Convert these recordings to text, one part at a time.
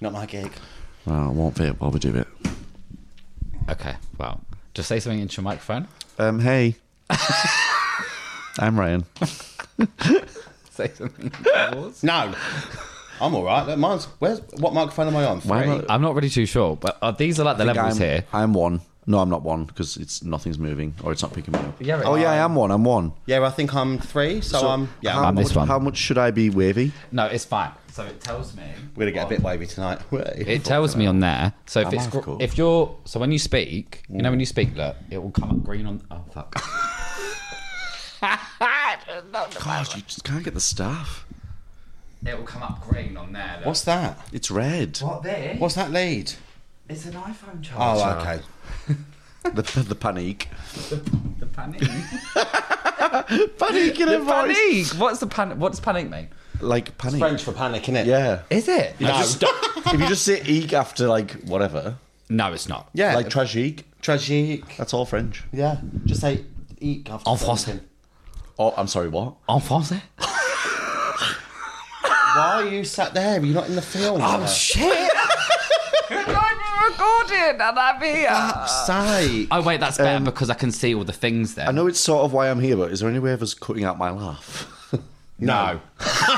Not my gig. Well, I won't be bothered with it. Okay, well, just say something into your microphone. Um, hey. I'm Ryan. Say something into yours. No. I'm all right. Look, mine's where's what microphone am I on? Why am I- Three? I'm not really too sure, but uh, these are like the levels I'm, here. I'm one. No, I'm not one because it's nothing's moving or it's not picking me up. Yeah, but oh yeah, Oh, I I'm- am one. I'm one. Yeah, I think I'm three. So, I'm yeah. how I'm I'm, this much, one. How much should I be wavy? No, it's fine. So it tells me. we're gonna get a bit wavy tonight. It tells me on there. So if Am it's I gr- cool? if you're so when you speak, you know when you speak, look, it will come up green on. Oh fuck! God, you just can't get the staff. It will come up green on there. Look. What's that? It's red. what there? What's that lead? It's an iPhone Oh, charger. okay. The, the panique. The panic. Panique in a voice. panic. What's the panic? What does panic mean? Like panic. French for panic, innit? Yeah. Is it? You just- if you just say eek after like whatever, No, it's not. Yeah. like tragique, tragic. that's all French. Yeah. Just say eat after. En français. Oh, I'm sorry, what? En français. Why are you sat there? You're not in the film. Oh shit! recorded and I'm here. Say. Oh wait, that's better because I can see all the things there. I know it's sort of why I'm here, but is there any way of us cutting out my laugh? No. I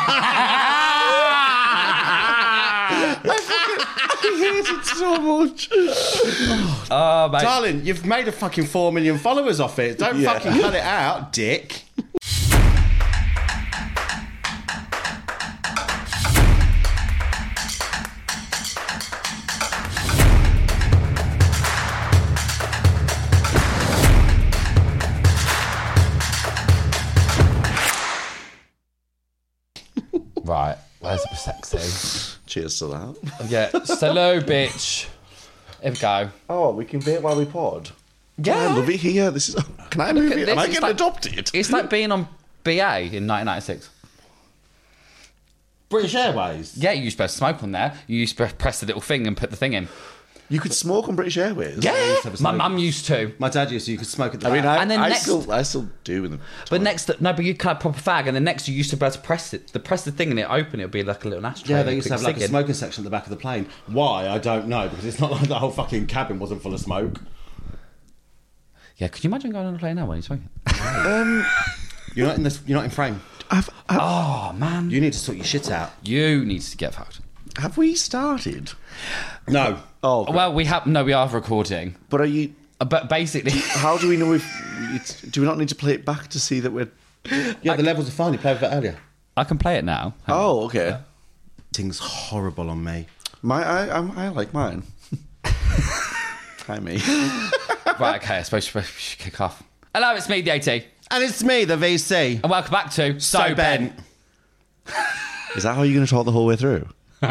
hate it so much. Oh mate. Darling, you've made a fucking four million followers off it. Don't Yeah. fucking cut it out, dick. Right, where's the sexy? Cheers to that. yeah. Hello, bitch. Here we go. Oh, we can vape while we pod. Yeah. I love it here. This is. Can I move at it? this, Am I it's getting like- adopted? It's like being on BA in 1996. British Airways. Yeah, you used to press smoke on there. You used to press the little thing and put the thing in. You could smoke on British Airways. Yeah, have a my smoke. mum used to. My dad used to. You could smoke at the. I mean, I, And then I next- still, I still do in the. But next, no, but you cut a proper fag, and then next you used to be able to press it, the press the thing, and it open. It'll be like a little ashtray. yeah, and they you used to put have like your a stick in. smoking section at the back of the plane. Why I don't know because it's not like the whole fucking cabin wasn't full of smoke. Yeah, could you imagine going on a plane now when you're smoking? You're not in this. You're not in frame. Have, have, Oh man, You need to sort your shit out. you need to get fucked. have we started? No. Oh, Well, we have no, we are recording, but are you? Uh, but basically, How do we know if? It's, do we not need to play it back to see that we're? Yeah, the levels are fine. You played with it earlier. I can play it now. Oh, okay. Things horrible on me. My, I, I'm, I like mine. Hi, me. Right, okay, I suppose we should kick off. Hello, it's me, the AT, and And it's me, the VC. welcome back to So, Ben. Is that how you're going to talk the whole way through?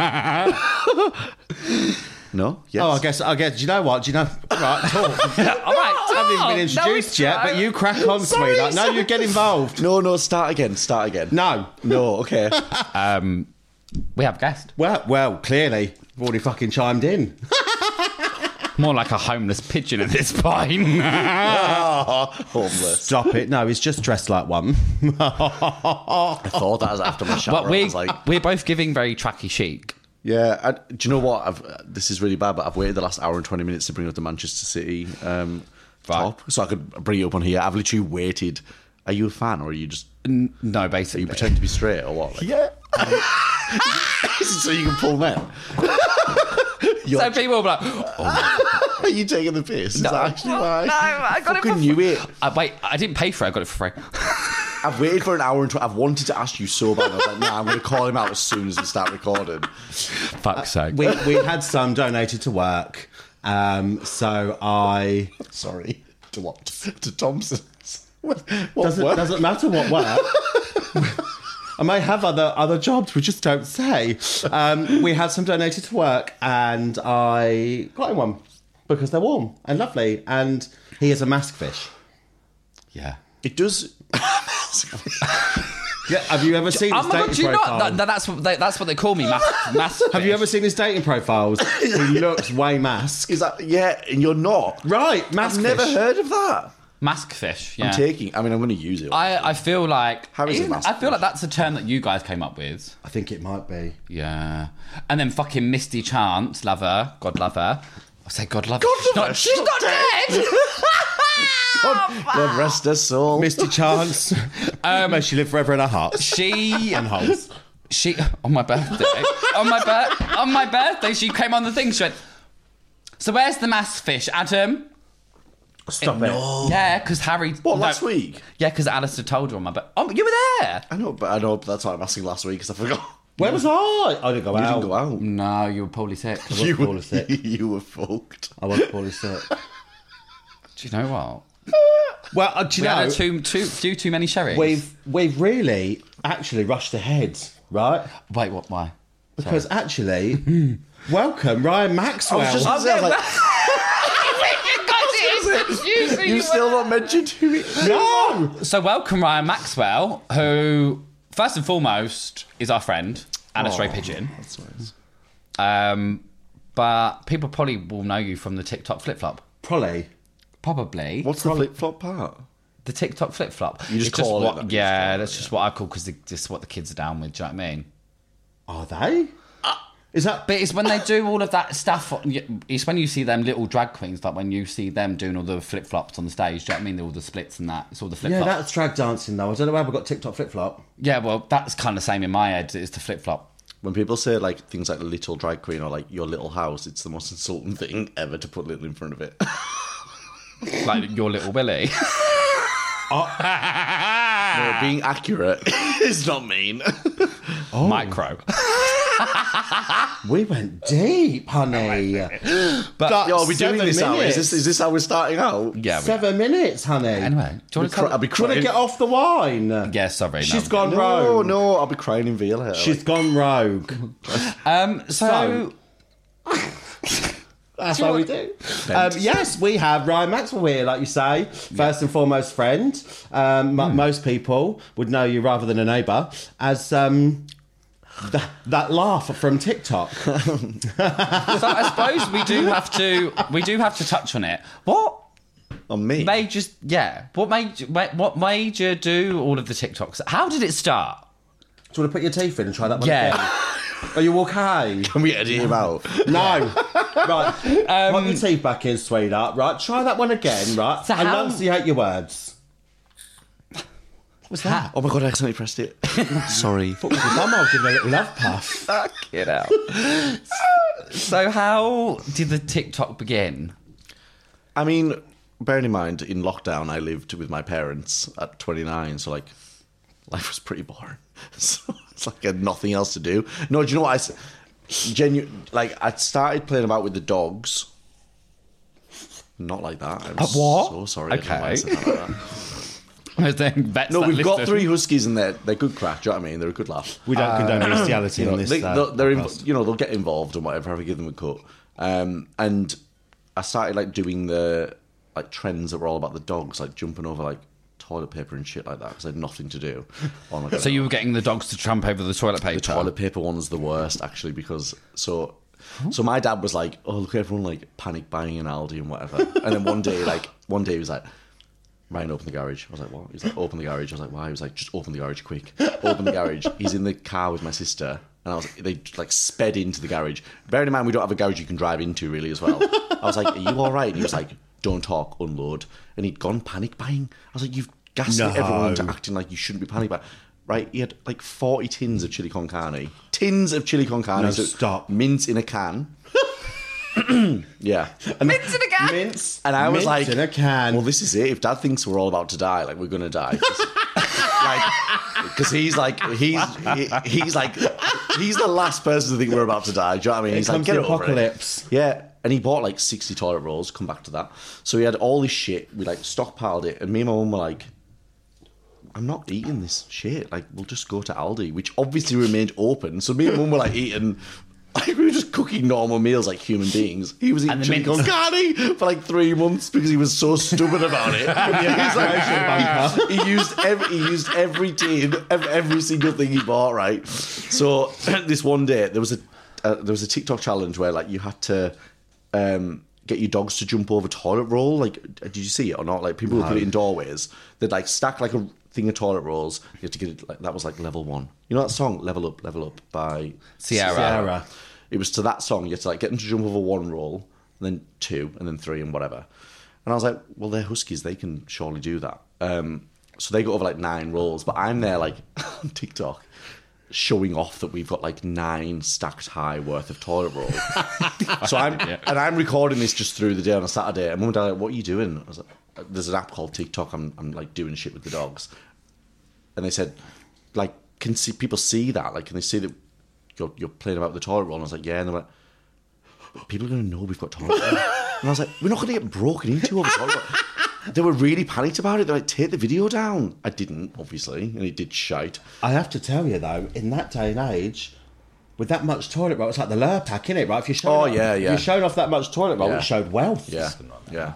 no. Yes. Oh, I guess. I guess. Do you know what? Do you know? Right. Talk. All right, oh, I haven't even been talk. No, introduced we- yet, but you crack on, Sorry, sweetheart. No, sorry. you get involved. No, no. Start again. Start again. No. No. Okay. Um, we have a guest. Well, well, clearly, I've already fucking chimed in. More like a homeless pigeon at this point. Homeless. Stop it. No, he's just dressed like one. I thought that was after my shower. but I we was like, we're both giving very tracky chic. yeah. I, do you know what? I've, uh, this is really bad, but I've waited the last hour and twenty minutes to bring up the Manchester City um, Right. top, so I could bring you up on here. I've literally waited. Are you a fan, or are you just are N- No, basically. you pretending to be straight, or what? Like, yeah. so you can pull men. So people were like, oh, Are you taking the piss? Is that actually why? No, I got it fucking for- knew it. uh, wait, I didn't pay for it. I got it for free. I've waited for an hour and tw- I've wanted to ask you so bad. I was like, nah, I'm going to call him out as soon as we start recording. Fuck's sake. we, we had some donated to work. Um, so I. Sorry. To what? To Thompson's. What, what Doesn't, work? doesn't matter what work. I may have other other jobs, we just don't say. Um, we had some donated to work, and I got him one because they're warm and lovely. And he is a mask fish. yeah. It does. Yeah, have you ever seen? Oh his my god, dating do you not? profile? That, that's what they, that's what they call me. Mass, mass Have you ever seen his dating profiles? he looks way mask. Is that, yeah, and you're not. Right, mask I've never fish. heard of that. Mask fish. Yeah. I'm taking. I mean, I'm going to use it. I, I feel like How is it mask I feel like fish? that's a term that you guys came up with. I think it might be. Yeah. And then fucking Misty Chance, love her. God love her. I say God love her. she's love not, her, she's she's not dead! God rest her soul. Misty Chance. Um, May she live forever in our hearts. she And holes. she on my birthday on my bir- on my birthday she came on the thing she went so where's the mass fish adam Stop it. yeah because harry What no. last week? yeah because alistair told her on my birthday oh you were there I know, but I know. But that's why I'm asking last week because I forgot. Where was I? I didn't go You out. didn't go out. no you were probably sick do You Paul were, is sick. you were fucked. I was poorly sick. you know what Well, uh, do you we know? had a too, too, do too many sherries we've we've really actually rushed ahead, right? wait what why Because actually, welcome Ryan Maxwell. gonna say, I was like, Usually you've still not mentioned who it is. no, so welcome ryan maxwell who first and foremost is our friend and a stray pigeon Oh, That's nice. um, but people probably will know you from the tiktok flip-flop Probably. Probably What's the flip flop part? the TikTok flip flop. You just call it what, that, you just Yeah, call it, that's just what I call because this is what the kids are down with. Do you know what I mean? Are they? Is that? But it's when they do all of that stuff. on- It's when you see them little drag queens, like when you see them doing all the flip flops on the stage. Do you know what I mean? All the splits and that. It's all the flip Yeah, flops. that's drag dancing though. I don't know where we got TikTok flip flop. Yeah, well, that's kind of same in my head. It's the flip flop. When people say like things like little drag queen or like your little house, it's the most insulting thing ever to put little in front of it. Ah. Like your little Willy. Oh. But being accurate is not mean. Micro. We went deep, honey. But That's Yo, are we doing seven this now? Is minutes. this, is this how we're starting out? yeah. We, Seven minutes, honey. anyway, do you want to Cry- I'll tell be Trying to crying. get off the wine. Yeah, sorry. She's no. gone No, rogue. no, I'll be crying in veil later. She's gone rogue. Um, so, So- That's what we do. Um, yes, we have Ryan Maxwell here, like you say. First and foremost, friend. Um, m- Most people would know you rather than a neighbour as um, th- that laugh from TikTok. so I suppose we do have to we do have to touch on it. What on me. made you yeah what made you ma- what made you do all of the tiktoks how did it start Do you want to put your teeth in and try that one Yeah. again? Are you okay? Can we edit him out? No. right. Put your teeth back in, sweetheart. Right. Try that one again, right? So how- Enunciate your words. what's that Oh my god, I accidentally pressed it. Sorry. Your mum will give her a little love puff. fuck it out so how did the tiktok begin I mean, bearing in mind, in lockdown, I lived with my parents at 29, so like, life was pretty boring. So it's like I had nothing else to do. No, do you know what I? s- Genu- like I started playing about with the dogs. Not like that. I'm Uh, what? so sorry. I don't know why I Okay. said that like that. no No, we've got three huskies in there. They're good crack. Do you know what I mean? They're a good laugh. We don't condone bestiality You know, on this. they, uh, they'll- they're podcast. inv- you know they'll get involved and whatever. Have I give them a cut? Um, and I started like doing the like trends that were all about the dogs, like jumping over like toilet paper and shit like that because I had nothing to do. Oh my god! so you were getting the dogs to trump over the toilet paper the toilet paper one's the worst actually because so. So my dad was like, "Oh look, everyone like panic buying an Aldi and whatever." And then one day, like one day, he was like, "Ryan, open the garage." I was like, "What?" He's like, "Open the garage." I was like, "Why?" He was like, "Just open the garage quick." Open the garage. He's in the car with my sister, and I was like, they like sped into the garage. Bearing in mind, we don't have a garage you can drive into really as well. I was like, "Are you all right?" And he was like, "Don't talk, unload." And he'd gone panic buying. I was like, "You've gaslit everyone into No. acting like you shouldn't be panic buying." Right, he had like forty tins of chili con carne. Tins of chili con carne. No, So stop. Mince in a can. yeah. mints in a can. mints, And I mints was like, in a can. Well, this is it. If Dad thinks we're all about to die, like we're gonna die. 'Cause- like, because he's like, he's he, he's like, he's the last person to think we're about to die. Do you know what I mean? he's comes like, the get over it." apocalypse. Yeah, and he bought like sixty toilet rolls. Come back to that. So he had all this shit. We like stockpiled it, and me and my mum were like. I'm not eating this shit. Like, we'll just go to Aldi, which obviously remained open. So me and mum were like eating, like we were just cooking normal meals like human beings. He was eating And the chili con mints. carne for like three months because he was so stubborn about it. he, was like, he, he used every he used every tin, ev- every single thing he bought. Right. So this one day there was a uh, there was a TikTok challenge where like you had to um, get your dogs to jump over toilet roll. Like, uh, did you see it or not? Like, people would put it in doorways. They'd like stack like a thing of toilet rolls. You had to get it. Like, that was like level one. You know that song, "Level Up, Level Up" by Sierra. Sierra. It was to that song. You had to like get them to jump over one roll, and then two, and then three, and whatever. And I was like, well, they're huskies. They can surely do that. Um, so they got over like nine rolls, but I'm there like on TikTok. Showing off that we've got like nine stacked high worth of toilet roll. So I'm and I'm recording this just through the day on a Saturday. And mum and dad are like, "What are you doing?" I was like, "There's an app called TikTok. I'm I'm like doing shit with the dogs." And they said, "Like, can see people see that? Like, can they see that you're you're playing about the toilet roll?" And I was like, "Yeah." And they're like, "People are gonna know we've got toilet roll." and I was like, "We're not gonna get broken into over toilet roll." They were really panicked about it. They're like, "Take the video down." I didn't, obviously, and it did shite. I have to tell you though, in that day and age, with that much toilet roll, it's like the Lurpak, innit? Right? If you show, Oh, yeah, yeah. you showed off that much toilet roll, Yeah. it showed wealth. Yeah, yeah.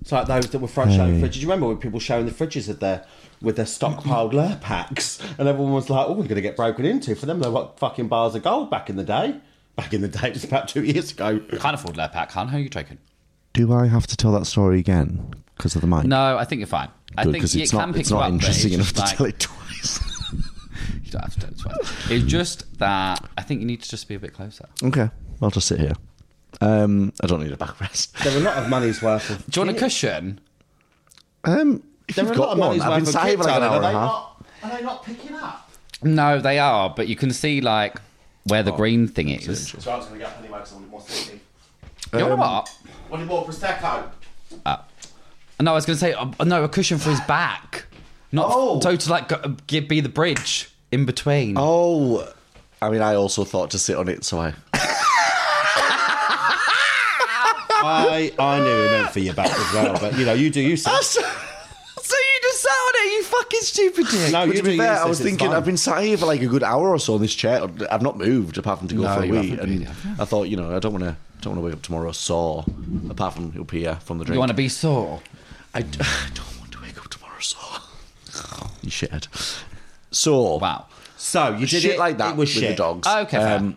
It's like those that were fresh out of the fridge. Do you remember when people showing the fridges with their with their stockpiled Lurpaks, and everyone was like, "Oh, we're going to get broken into." For them, they were fucking bars of gold back in the day. Back in the day, it's about two years ago. Can't afford Lurpak, can How are you joking? Do I have to tell that story again because of the mic? No, I think you're fine. I Good, think because it it's can not, pick it's you not up, but interesting it's enough just to like- tell it twice. You don't have to do it twice. It's just that I think you need to just be a bit closer. okay, I'll just sit here. Um, I don't need a backrest. There were a lot of money's worth of. Do you want a cushion? Um, if There were you've a lot got of one, money's I've been worth of sat here kids. for like an Alan. hour Are and they not? Are a half. they not picking up? No, they are, but you can see like where the green thing is. So I was going to get penny wags on more sleepy. You Um, know what? Wanted more prosecco. No, I was going to say uh, no, a cushion for his back, not Oh. so to like go, give, be the bridge in between. Oh, I mean, I also thought to sit on it, so I. I I knew it meant for your back as well, but you know you do you. Say, so you just sat on it, you fucking stupid dick. No, but you to be do fair, use I was this, it's thinking fine. I've been sat here for like a good hour or so in this chair. I've not moved apart from to go No, for a you wee, haven't and really, have you? I thought, you know, I don't want to, don't want to wake up tomorrow sore. Apart from up here from the drink. you want to be sore? I, d- I don't want to wake up tomorrow, so. you shithead. So. Wow. so you did Shit it like that It was with shit. the dogs. Um, Okay, fair.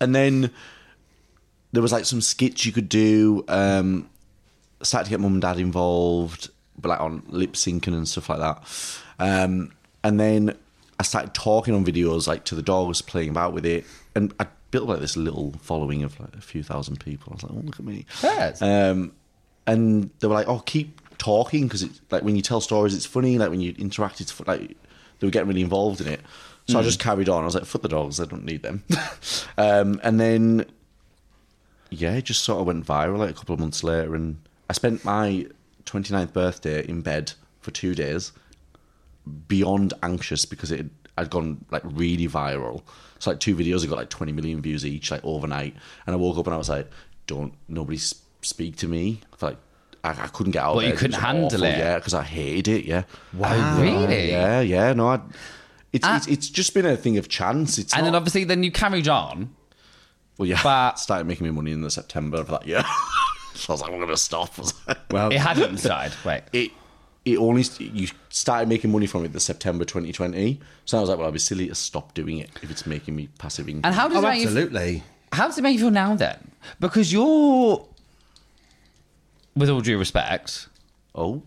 and then there was like some skits you could do. Um, started to get mum and dad involved, but like on lip syncing and stuff like that. Um, and then I started talking on videos like to the dogs, playing about with it, and I built like this little following of like a few thousand people. I was like, oh look at me. Yes. Um, and they were like, "Oh, keep talking because it's like when you tell stories, it's funny. Like when you interact, it's fu- like they were getting really involved in it." So I just carried on. I was like, "Foot the dogs. I don't need them." um, and then, yeah, it just sort of went viral like a couple of months later. And I spent my 29th birthday in bed for two days, beyond anxious because it had, I'd gone like really viral. So like two videos had got like 20 million views each like overnight, and I woke up and I was like, "Don't nobody s- speak to me." For, like I, I couldn't get out. Well, you bed. It couldn't was handle awful, it. yeah, because I hated it. Yeah, Wow. Really? Yeah, yeah. No, I. It's, Ah. it's it's just been a thing of chance. It's And not, then obviously, then you carried on. well, yeah, but- started making me money in the September of that year. so I was like, I'm gonna stop. Well, It hadn't started. Wait. it it only you started making money from it the September 2020. So I was like, well, I'd be silly to stop doing it if it's making me passive income. And how does oh, it make you? absolutely. How does it make you feel now then? Because you're, with all due respect, oh,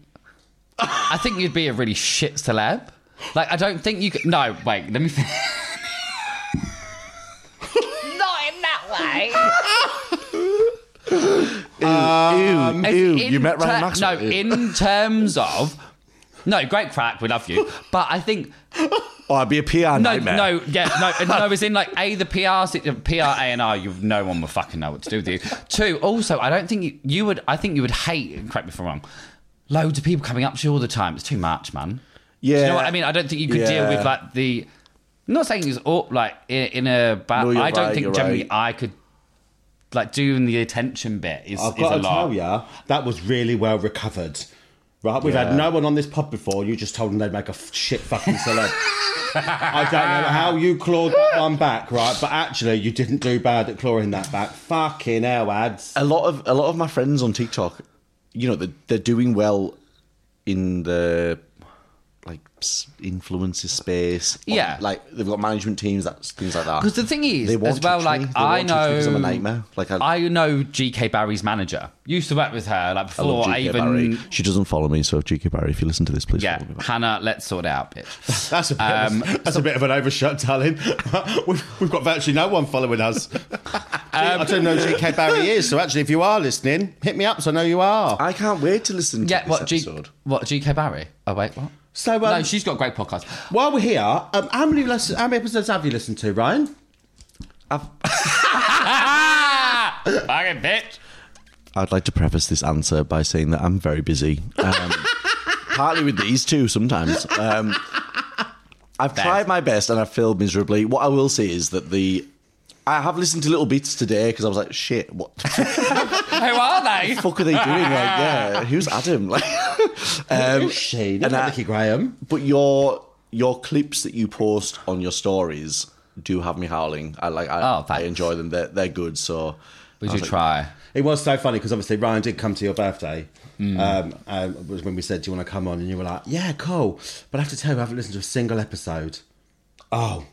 I think you'd be a really shit celeb. Like, I don't think you could. No, wait, let me. Think. Not in that way. ew, ew, you In met Ryan ter- Maxwell. No, Ew. in terms of. No, great crack, we love you. But I think. oh, I'd be a PR No, nightmare. no, yeah, no, and no, it's in like A, the PR, sit- PR, A&R, you, no one would fucking know what to do with you. Two, also, I don't think you, you would, I think you would hate, correct me if I'm wrong, loads of people coming up to you all the time. It's too much, man. yeah, Do you know what I mean? I don't think you could deal with Yeah. like the. I'm not saying it's all like in, in a bad. No, you're I don't right, think you're generally right. I could. Like doing the attention bit is, I've is got a to lot. tell you, that was really well recovered. Right, we've had Yeah. no one on this pod before. You just told them they'd make a f- shit fucking celeb. I don't know how you clawed that one back, right? But actually, you didn't do bad at clawing that back. Fucking hell, ads. a lot of a lot of my friends on TikTok, you know, they're, they're doing well in the like s- influences space. on- Yeah. like they've got management teams, that's things like that. 'Cause the thing is, they want as well, to like, treat me. They I want to treat me 'cause I'm a know- nightmare. Like I, I know GK Barry's manager. Used to work with her like I love before I GK even Barry. She doesn't follow me, so GK Barry, if you listen to this, please Yeah, follow me. back. Hannah, let's sort it out, bitch. That's a bit, Um, that's a bit of an overshot, darling. we've, we've got virtually no one following us. I don't know who GK Barry is, so actually, if you are listening, hit me up so I know you are. I can't wait to listen to Yeah, this what G- episode. what GK Barry? Oh wait, what? So, um, no, she's got a great podcast. while we're here, um, how, many lessons, how many episodes have you listened to, Ryan? Ah, fucking bitch. I'd like to preface this answer by saying that I'm very busy. Um, partly with these two sometimes. Um, I've tried my best and I've failed miserably. What I will say is that the. I have listened to little bits today because I was like, shit, what the Who are they? fuck are they doing? Like, yeah, who's Adam? Like, um, She, and I- Nicky Graham. but your your clips that you post on your stories do have me howling. I like, I, Oh, I thanks. enjoy them. They're, they're good. So, Would you try? It was so funny because obviously Ryan did come to your birthday. Um, um, it was when we said, "Do you want to come on?" and you were like, "Yeah, cool." But I have to tell you, I haven't listened to a single episode. Oh,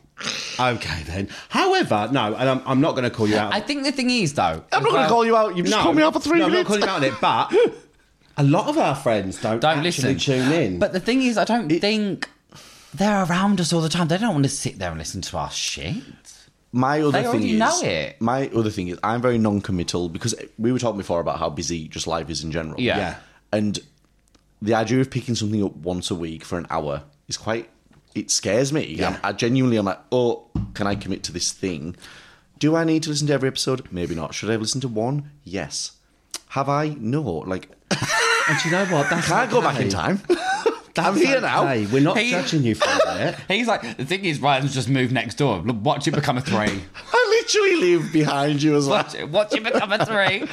okay then. However, no, and I'm, I'm not going to call you out. I think the thing is though, I'm not going to call you out. Oh, You've just called me out for three no, minutes. I'm not calling you out on it, but a lot of our friends don't, don't actually listen. tune in. But the thing is, I don't think they're around us all the time. They don't want to sit there and listen to our shit. My other They thing already is, know it. my other thing is, I'm very non-committal because we were talking before about how busy just life is in general. Yeah. Yeah. and the idea of picking something up once a week for an hour is quite. It scares me. Yeah. I'm- I genuinely, I'm like, oh, can I commit to this thing? Do I need to listen to every episode? Maybe not. Should I listen to one? Yes. Have I? No. Like, and do you know what? That's can I go back in okay. time? That's I'm here now. okay. We're not He- judging you for it. He's like, the thing is, Ryan's just moved next door. Look, watch it become a three. I literally live behind you as well. Watch it, watch it become a three.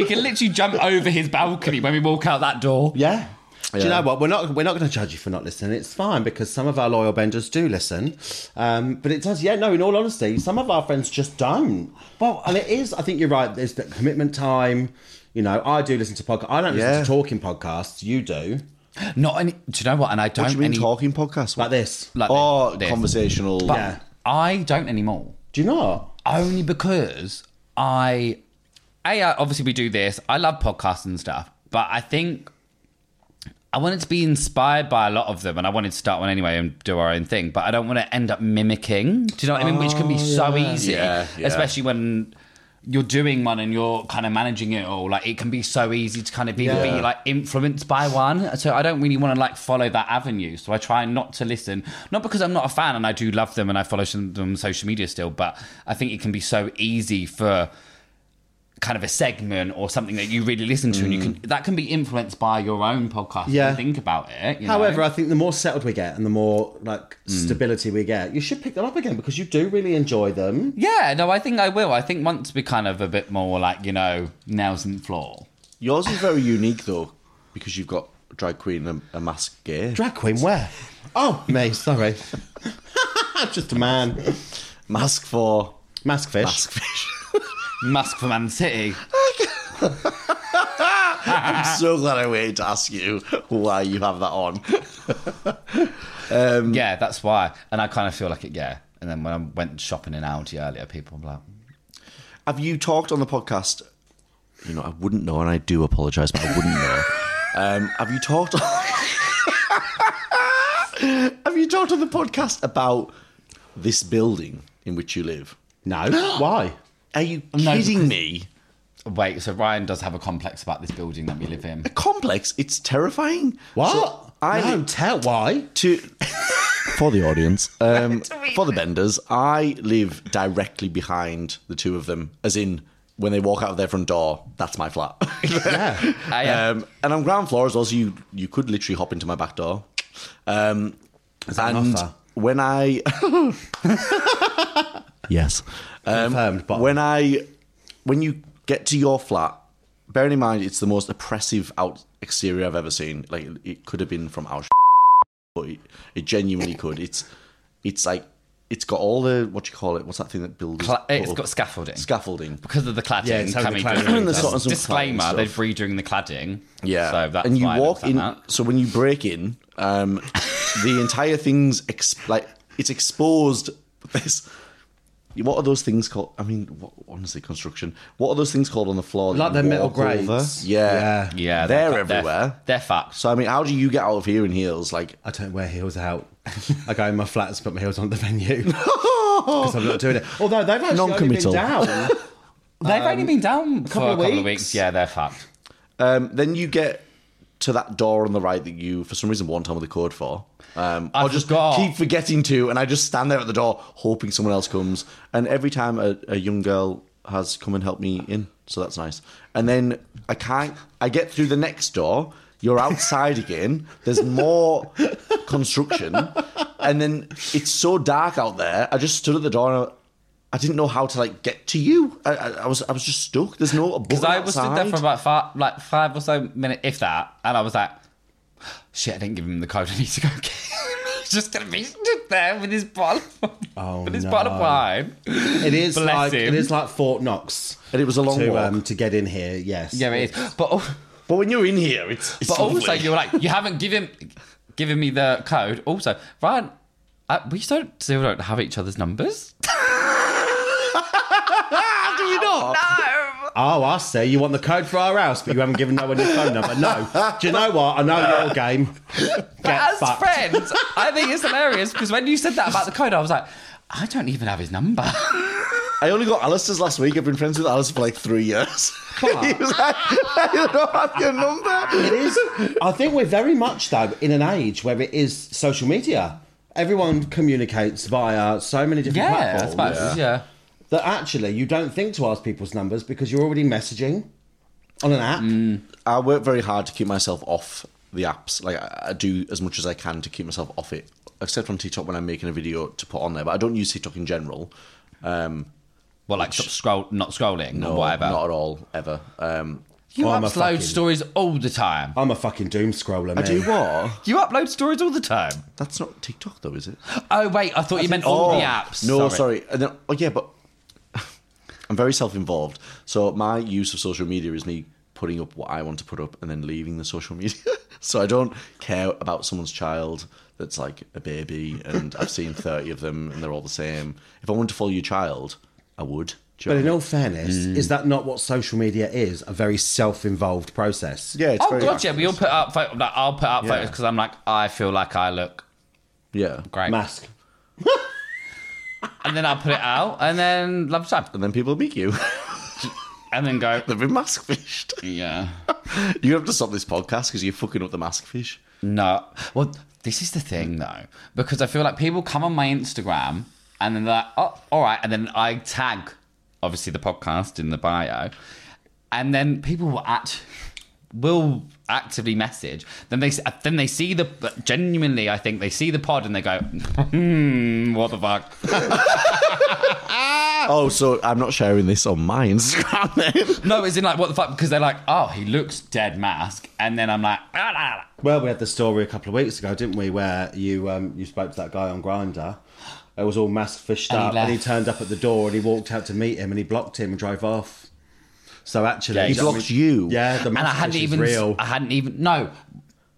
We can literally jump over his balcony when we walk out that door. Yeah. Do you Yeah. know what? We're not we're not going to judge you for not listening. It's fine because some of our loyal benders do listen, um, but it does. Yeah, no. In all honesty, some of our friends just don't. Well, and it is. I think you're right. There's the commitment time. You know, I do listen to podcasts. I don't listen Yeah. to talking podcasts. You do, Not any. Do you know what? And I don't. What do you mean Oh, any, talking podcast? like this. Like or this. conversational. Yeah. I don't anymore. Do you not? Only because I, a I- obviously we do this. I love podcasts and stuff, but I think I wanted to be inspired by a lot of them, and I wanted to start one anyway and do our own thing. But I don't want to end up mimicking. Do you know what I mean? Which can be so easy, Oh, Yeah, yeah. especially when. You're doing one and you're kind of managing it all. Like it can be so easy to kind of even Yeah. be like influenced by one. So I don't really want to like follow that avenue. So I try not to listen, not because I'm not a fan and I do love them and I follow some- them on social media still, but I think it can be so easy for kind of a segment or something that you really listen to and you can that can be influenced by your own podcast. Mm. Yeah. and think about it. you know? However, I think the more settled we get and the more like stability we get, you should pick them up again because you do really enjoy them. yeah, no, I think I will. I think once we kind of a bit more like you know nails in the floor. Yours is very unique though, because you've got drag queen and a masked gay. Drag queen, where? Oh, me. Sorry, just a man. mask for Mask fish. mask fish. Musk for Man City. I'm so glad I waited to ask you why you have that on. Yeah, that's why. And I kind of feel like it. Yeah. And then when I went shopping in Aldi earlier, people were like, Have you talked on the podcast? You know, I wouldn't know, and I do apologise, but I wouldn't know. Um, have you talked? have you talked on the podcast about this building in which you live? No. Why? Are you No, kidding because- me? "Wait, so Ryan does have a complex about this building that we live in." Complex. It's terrifying. What? So I no, tell why. to for the audience um, for the benders i live directly behind the two of them as in when they walk out of their front door that's my flat Yeah. I, uh, um, and on ground floor as well so you, you could literally hop into my back door um, that an and offer? when i yes Confirmed, but when I when you get to your flat, bearing in mind it's the most oppressive out exterior I've ever seen. Like it could have been from Auschwitz, but it, it genuinely could. It's it's like it's got all the what do you call it? What's that thing that builds? Cla- it's got scaffolding. scaffolding. because of the cladding, Yeah, it's how the Cammy cladding doing is. this. There's some disclaimer: cladding they're stuff. redoing the cladding. Yeah, so that's and you why I walk looked at in. that. So when you break in, um, the entire thing's ex- like it's exposed. This, what are those things called? I mean, what, honestly, construction. What are those things called on the floor? that Like you the metal walk over? grates. Yeah. Yeah, Yeah, they're, fu- everywhere. They're, they're fucked. so I mean, how do you get out of here in heels? Like, I don't wear heels out. I go in my flats, put my heels on at the venue because I'm not doing it. Although they've actually Non-committal. only been down. They've only been down for a couple of couple of weeks. weeks. Yeah, they're fucked. um, then you get to that door on the right that you, for some reason, won't tell me the code for. Um, I or just forgot. keep forgetting to, and I just stand there at the door hoping someone else comes. And every time a, a young girl has come and helped me in, so that's nice. And then I can't. I get through the next door. You're outside again. There's more construction, and then it's so dark out there. I just stood at the door. and I, I didn't know how to like get to you. I, I, I was I was just stuck. There's no Because I was stood there for about five, like five or so minutes, if that, and I was like, "Shit, I didn't give him the code. I need to go get him." He's just gonna be stood there with his bottle, Oh, with his no. bottle of wine. It is Bless like him. it is like Fort Knox. And it was a long to walk. um, to get in here. Yes. Yeah, it is. But al- But when you're in here, it's, it's but also, lovely. you were like, you haven't given given me the code. Also, Ryan, uh, we don't still don't have each other's numbers. do you not? Oh, I see. You want the code for our house, but you haven't given no one your phone number. No. Do you know what? I know your game. Get As fucked. friends, I think it's hilarious because when you said that about the code, I was like, I don't even have his number. I only got Alistair's last week. I've been friends with Alistair for like three years. he was like, I don't have your number. It is. I think we're very much though in an age where it is social media. Everyone communicates via so many different yeah, that's platforms about yeah. yeah. that actually you don't think to ask people's numbers because you're already messaging on an app. Mm. I work very hard to keep myself off the apps. Like I, I do as much as I can to keep myself off it, except on TikTok when I'm making a video to put on there. But I don't use TikTok in general. Um, Well, like stop scroll, not scrolling, no, or whatever. not at all, ever. Um, You Oh, I'm a upload fucking- stories all the time. I'm a fucking doom scroller. Man. I do what? You upload stories all the time. That's not TikTok though, is it? Oh wait, I thought you meant all the apps. Oh. No, sorry. And then, oh, yeah, but I'm very self-involved. So my use of social media is me putting up what I want to put up and then leaving the social media. so I don't care about someone's child that's like a baby, and I've seen thirty of them, and they're all the same. If I wanted to follow your child, I would. Do you But know in what all fairness, is that not what social media is? A very self-involved process. I mean? yeah, it's Oh very god, yeah. We all put up. Photo, like, I'll put up Yeah. photos because I'm like, I feel like I look yeah. great, Mask. and then I'll put it out, and then love time, And then people will meet you. and then go, They've been mask fished. yeah. You have to stop this podcast because you're fucking up the mask fish. No. Well, this is the thing though, because I feel like people come on my Instagram and then they're like, oh, all right. And then I tag, obviously, the podcast in the bio. And then people will, act, will actively message. Then they, s- then they see the, genuinely, I think they see the pod and they go, hmm, what the fuck? Oh, so I'm not sharing this on my Instagram then. No, it's in like, what the fuck? Because they're like, oh, he looks dead mask. And then I'm like, ah, la, la. Well, we had the story a couple of weeks ago, didn't we, where you um, you spoke to that guy on Grinder. It was all mask fished And he up, and he left. turned up at the door, and he walked out to meet him, and he blocked him and drove off. So actually, Yeah, he you know what blocked you. Yeah, the and I mask hadn't fish is even, real. I hadn't even, no,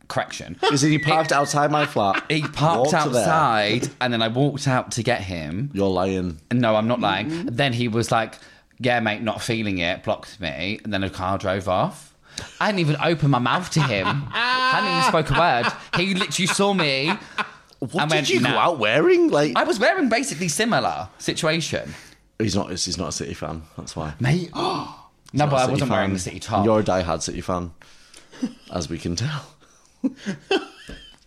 correction. Is it he parked outside my flat? He parked walked to there. outside, and then I walked out to get him. You're lying. No, I'm not lying. Mm-hmm. Then he was like, "Yeah, mate, not feeling it." Blocked me, and then a car drove off. I hadn't even opened my mouth to him. I hadn't even spoke a word. He literally saw me. What and did went, you go "Nah." out wearing? Like I was wearing basically similar situation, he's not. He's not a City fan. That's why. mate. no, but I City wasn't fan. wearing the city And top. You're a diehard City fan, as we can tell.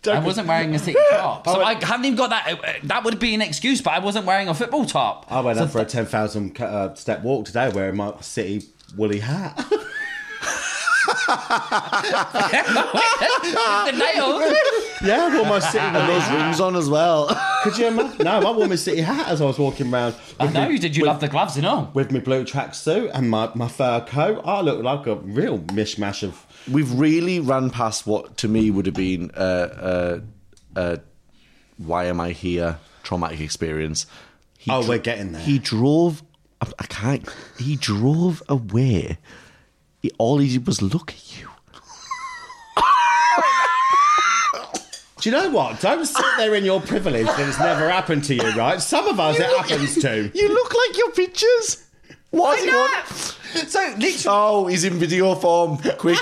I wasn't wearing a city top, Oh, so I haven't even got that. uh, That would be an excuse, but I wasn't wearing a football top. I went out for a ten thousand uh, step walk today, wearing my city woolly hat. the nails. yeah, I wore my city. And those rings on as well. Could you imagine? No, I wore my city hat as I was walking around. I know you did. You love the gloves and all. with my blue tracksuit and my, my fur coat. I look like a real mishmash of. We've really ran past what to me would have been a uh, uh, uh, why am I here traumatic experience. He Oh, we're getting there. He drove. I, I can't. He drove away. He, all he did was look at you. Do you know what? Don't sit there in your privilege that it's never happened to you, right? Some of us it happens to. You look like your pictures. What is he want? So literally, Oh, he's in video form. Quick.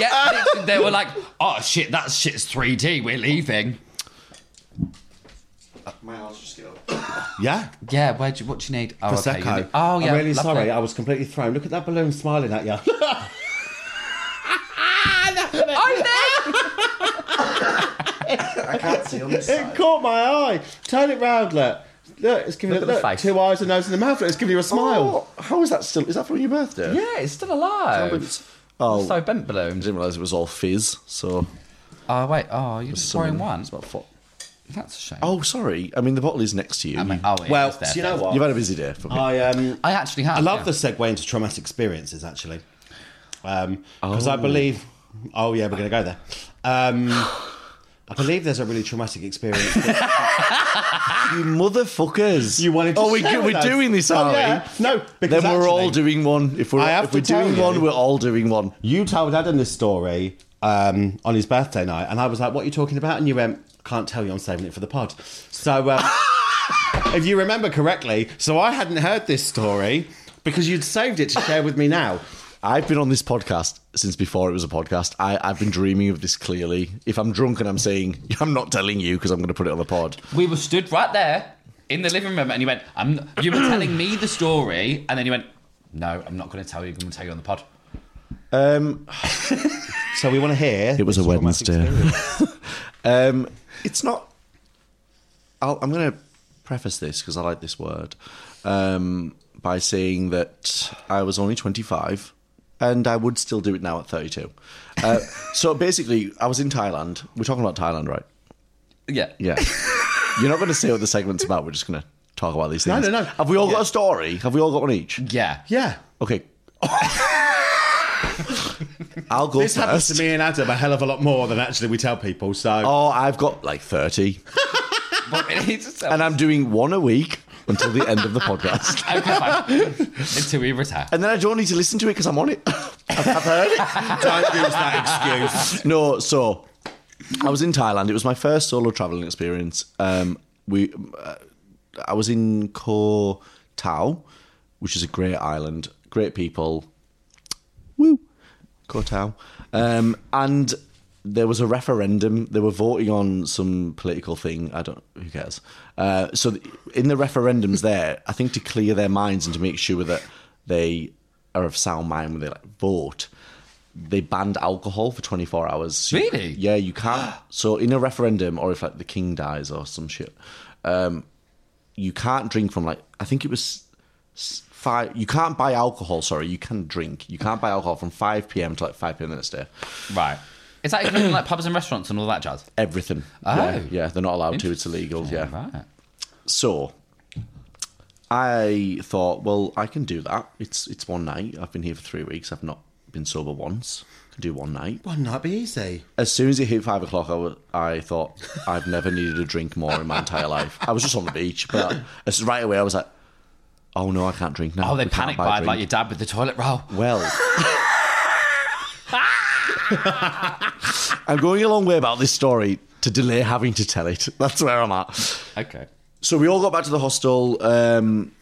yeah, literally, they were like, "Oh shit, that shit's 3D. We're leaving." My eyes just get up. Yeah. Yeah, where do you, what do you need? Oh, okay, you Prosecco. need- oh yeah, I'm really lovely. sorry. I was completely thrown. Look at that balloon smiling at you. I can't see on this It caught my eye. Turn it round, look. Look, it's giving Look look at the look, face. two eyes, a nose, and a mouth. Look, It's giving you a smile. Oh, how is that still? Is that from your birthday? Yeah, it's still alive. Oh, So bent I balloons. didn't realise it was all fizz. So Oh wait, oh you're just throwing someone- one. It's about four. That's a shame. Oh, sorry. I mean, the bottle is next to you. I mean, oh, it Well, is there. do you know what? You've had a busy day. For me. I um, I actually have. I love yeah. the segue into traumatic experiences actually, because I believe. Oh yeah, we're gonna go there. Um, I believe there's a really traumatic experience. that you motherfuckers! you wanted to. Oh, we, share with we're us. doing this, Oh, aren't yeah. we? No, Then because we're all actually- doing one. If we're I have if to we're doing tell one, you- we're all doing one. You told Adam this story um, on his birthday night, and I was like, "What are you talking about?" And you went, "Can't tell you. I'm saving it for the pod." So, um, if you remember correctly, so I hadn't heard this story because you'd saved it to share with me now. I've been on this podcast since before it was a podcast. I, I've been dreaming of this clearly. If I'm drunk and I'm saying I'm not telling you because I'm going to put it on the pod, We were stood right there in the living room, and you went, "I'm." You were telling me the story, and then you went, "No, I'm not going to tell you. I'm going to tell you on the pod." um, So we want to hear. it was a Wednesday. um, it's not. I'll, I'm going to preface this because I like this word um, by saying that I was only 25 and I would still do it now at 32. Uh, so basically, I was in Thailand. We're talking about Thailand, right? Yeah. Yeah. You're not going to say what the segment's about. We're just going to talk about these things. no, no. Have we all got a story? Have we all got one each? Yeah. Yeah. Okay. I'll go This happens first. to me and Adam a hell of a lot more than actually we tell people. So Oh, I've got like 30, But we need to tell- and I'm doing one a week until the end of the podcast. okay, fine. Until we retire. And then I don't need to listen to it because I'm on it. I've, I've heard it. don't use that excuse. No, so I was in Thailand. It was my first solo traveling experience. Um, we, uh, I was in Koh Tao, which is a great island, great people. Woo, Koh Tao, um, and there was a referendum. They were voting on some political thing. I don't. Who cares? Uh, so th- in the referendums, there, I think to clear their minds and to make sure that they are of sound mind when they like vote. They banned alcohol for 24 hours. So you- Really? yeah, you can't. So in a referendum, or if like the king dies or some shit, um, you can't drink from like I think it was s- five. You can't buy alcohol. Sorry, you can drink. You can't buy alcohol from five p.m. to like five p.m. the next day. Right. Is that including like pubs and restaurants and all that jazz? Everything. Oh. Yeah, yeah, they're not allowed to. It's illegal. Yeah. Right. So I thought, well, I can do that. It's it's one night. I've been here for three weeks. I've not been sober once. I can do one night. Wouldn't that be easy? as soon as it hit five o'clock, I, wa- I thought I've never needed a drink more in my entire life. I was just on the beach, but as, right away I was like, "Oh no, I can't drink now." Oh, they We can't panic buy a buyed like your drink." dad with the toilet roll. Well, I'm going a long way about this story to delay having to tell it. That's where I'm at. Okay. So we all got back to the hostel, um,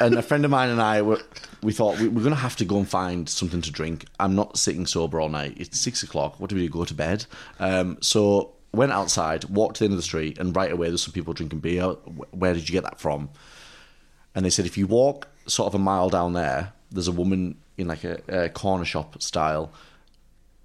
and a friend of mine and I were. We thought we, we're going to have to go and find something to drink. I'm not sitting sober all night. It's six o'clock. What do we do? Go to bed. Um, so went outside, walked to the end of the street, and right away there's some people drinking beer. "Wh- Where did you get that from? And they said if you walk sort of a mile down there, there's a woman in like a, a corner shop style.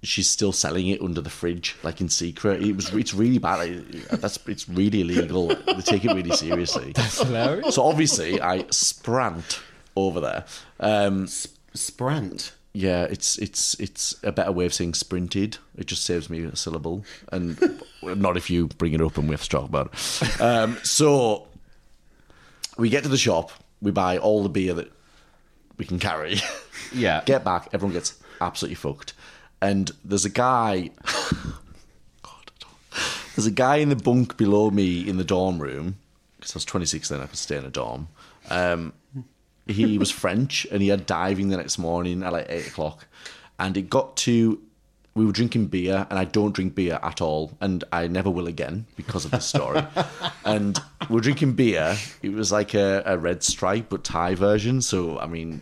She's still selling it under the fridge, like in secret. It was it's really bad. Like, that's it's really illegal. They take it really seriously. Hilarious. So obviously, I sprant over there. Um, Sprant. yeah, it's it's it's a better way of saying sprinted. It just saves me a syllable, and not if you bring it up and we have to talk about it. Um, so we get to the shop, we buy all the beer that we can carry. Yeah. get back, everyone gets absolutely fucked, and there's a guy. God, I don't- there's a guy in the bunk below me in the dorm room because I was 26 then. I could stay in a dorm. Um, he was French and he had diving the next morning at like eight o'clock. And it got to we were drinking beer, and I don't drink beer at all, and I never will again because of this story. and we we're drinking beer. It was like a, a red stripe but Thai version. So I mean.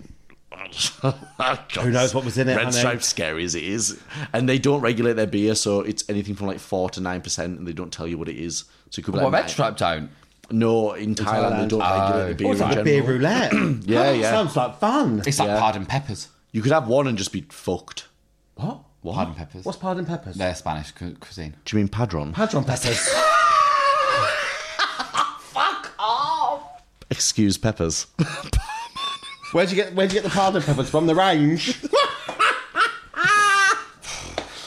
Who knows what was in it, Red honey? stripe, scary as it is, and they don't regulate their beer, so it's anything from like four to nine percent, and they don't tell you what it is. So it could be What like red nine- stripe don't? No, in Thailand, they Thailand. don't regulate the beer. Or it's in like a general. beer roulette. Yeah, yeah. Sounds like fun. It's like Yeah. pardon peppers. You could have one and just be fucked. what? Pardon peppers. What's pardon peppers? They're Spanish cu- cuisine. Do you mean padron? Padron peppers. Excuse peppers. where'd you get Where'd you get the pardon peppers from? The range.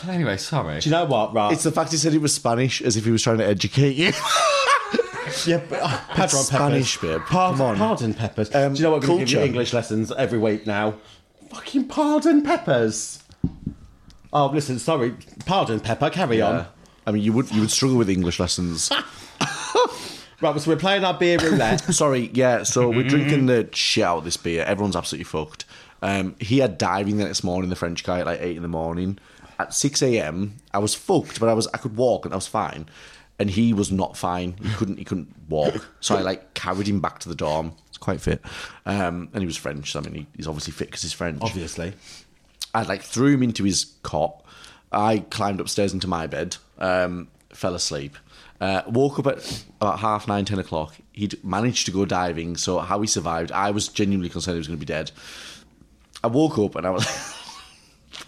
Do Anyway, sorry. you know what? Right. It's the fact he said it was Spanish, as if he was trying to educate you. yeah, but, oh, padron Spanish, peppers. babe. Pardon, Come on. pardon peppers. Um, Do you know what? I'm gonna give you culture. English lessons every week now. Fucking pardon peppers. Oh, listen, sorry. Pardon pepper. Carry on. I mean, you would you would struggle with English lessons. Right, so we're playing our beer roulette. Sorry, yeah. So we're drinking the shit out of this beer. Everyone's absolutely fucked. Um, he had diving the next morning. The French guy at like eight in the morning. At six a.m., I was fucked, but I was I could walk and I was fine. And he was not fine. He couldn't he couldn't walk. So I like carried him back to the dorm. It's quite fit. Um, and he was French. So I mean, he, he's obviously fit because he's French. Obviously. I like threw him into his cot. I climbed upstairs into my bed, um, fell asleep. Uh, woke up at about half nine, ten o'clock. He'd managed to go diving, so how he survived, I was genuinely concerned he was going to be dead. I woke up and I was.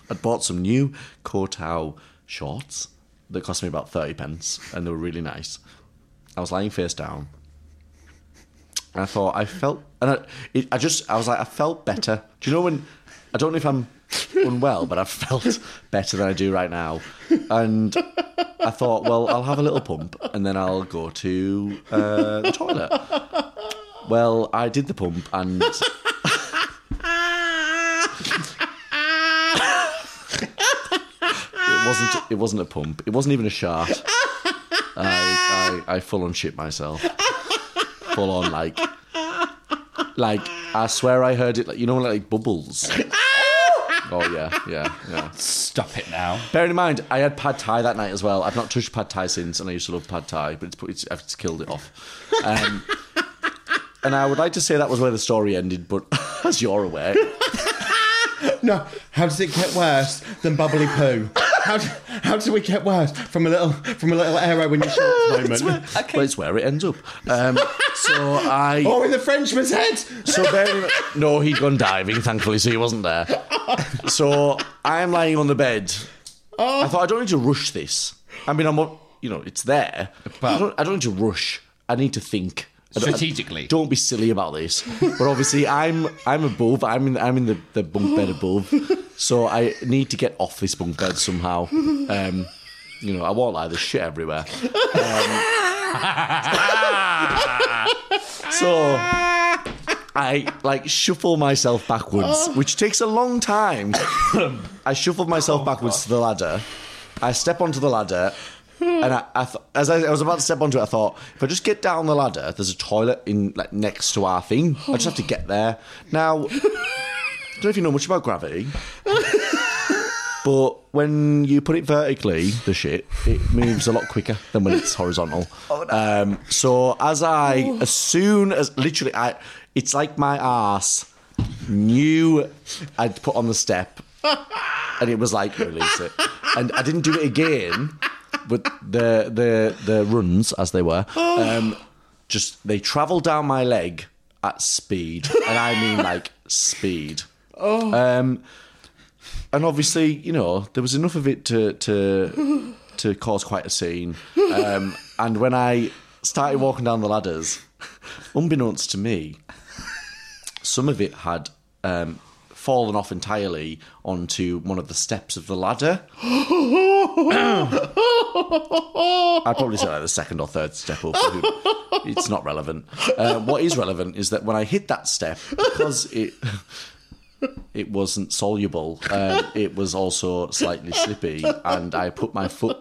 I'd bought some new Kotao shorts that cost me about 30 pence and they were really nice. I was lying face down and I thought I felt, and I, it, I just, I was like, I felt better. Do you know when? I don't know if I'm unwell, but I felt better than I do right now. And I thought, well, I'll have a little pump, and then I'll go to uh, the toilet. Well, I did the pump, and it wasn't. It wasn't a pump. It wasn't even a shart. I, I, I full on shit myself full on like like I swear I heard it like you know like bubbles. oh yeah, yeah, yeah. Stop it now. Bearing in mind, I had pad thai that night as well. I've not touched pad thai since, and I used to love pad thai, but it's put- it's, I've just killed it off. Um, and I would like to say that was where the story ended, but as you're aware, No, how does it get worse than bubbly poo? How do, how do we get worse from a little from a little arrow in your shorts moment? well, it's where it ends up. Um, so I Or in the Frenchman's head? So Ben, no, he'd gone diving, thankfully, so he wasn't there. So I'm lying on the bed. I thought I don't need to rush this. I mean, I'm, on- you know, it's there. I, don't, I don't need to rush. I need to think I don't- I- Strategically. don't be silly about this. But obviously, I'm I'm above. I'm in I'm in the, the bunk bed above. So I need to get off this bunk bed somehow. Um, you know, I won't lie. There's shit everywhere. Um, So I like shuffle myself backwards, which takes a long time. I shuffled myself backwards to the ladder. I step onto the ladder, and I, I th- as I, I was about to step onto it, I thought, if I just get down the ladder, there's a toilet in like next to our thing. I just have to get there. Now, I don't know if you know much about gravity, but when you put it vertically, the shit it moves a lot quicker than when it's horizontal. Um, so as I, as soon as literally, I, it's like my ass knew I'd put on the step, and it was like release it, and I didn't do it again. But the the the runs as they were, um, just they travel down my leg at speed, and I mean like speed. Oh. Um, and obviously, you know, there was enough of it to to to cause quite a scene. Um, and when I started walking down the ladders, unbeknownst to me, some of it had um, fallen off entirely onto one of the steps of the ladder. I'd probably say like the second or third step up. It's not relevant. Uh, what is relevant is that when I hit that step, because it it wasn't soluble. Um, it was also slightly slippy, and I put my foot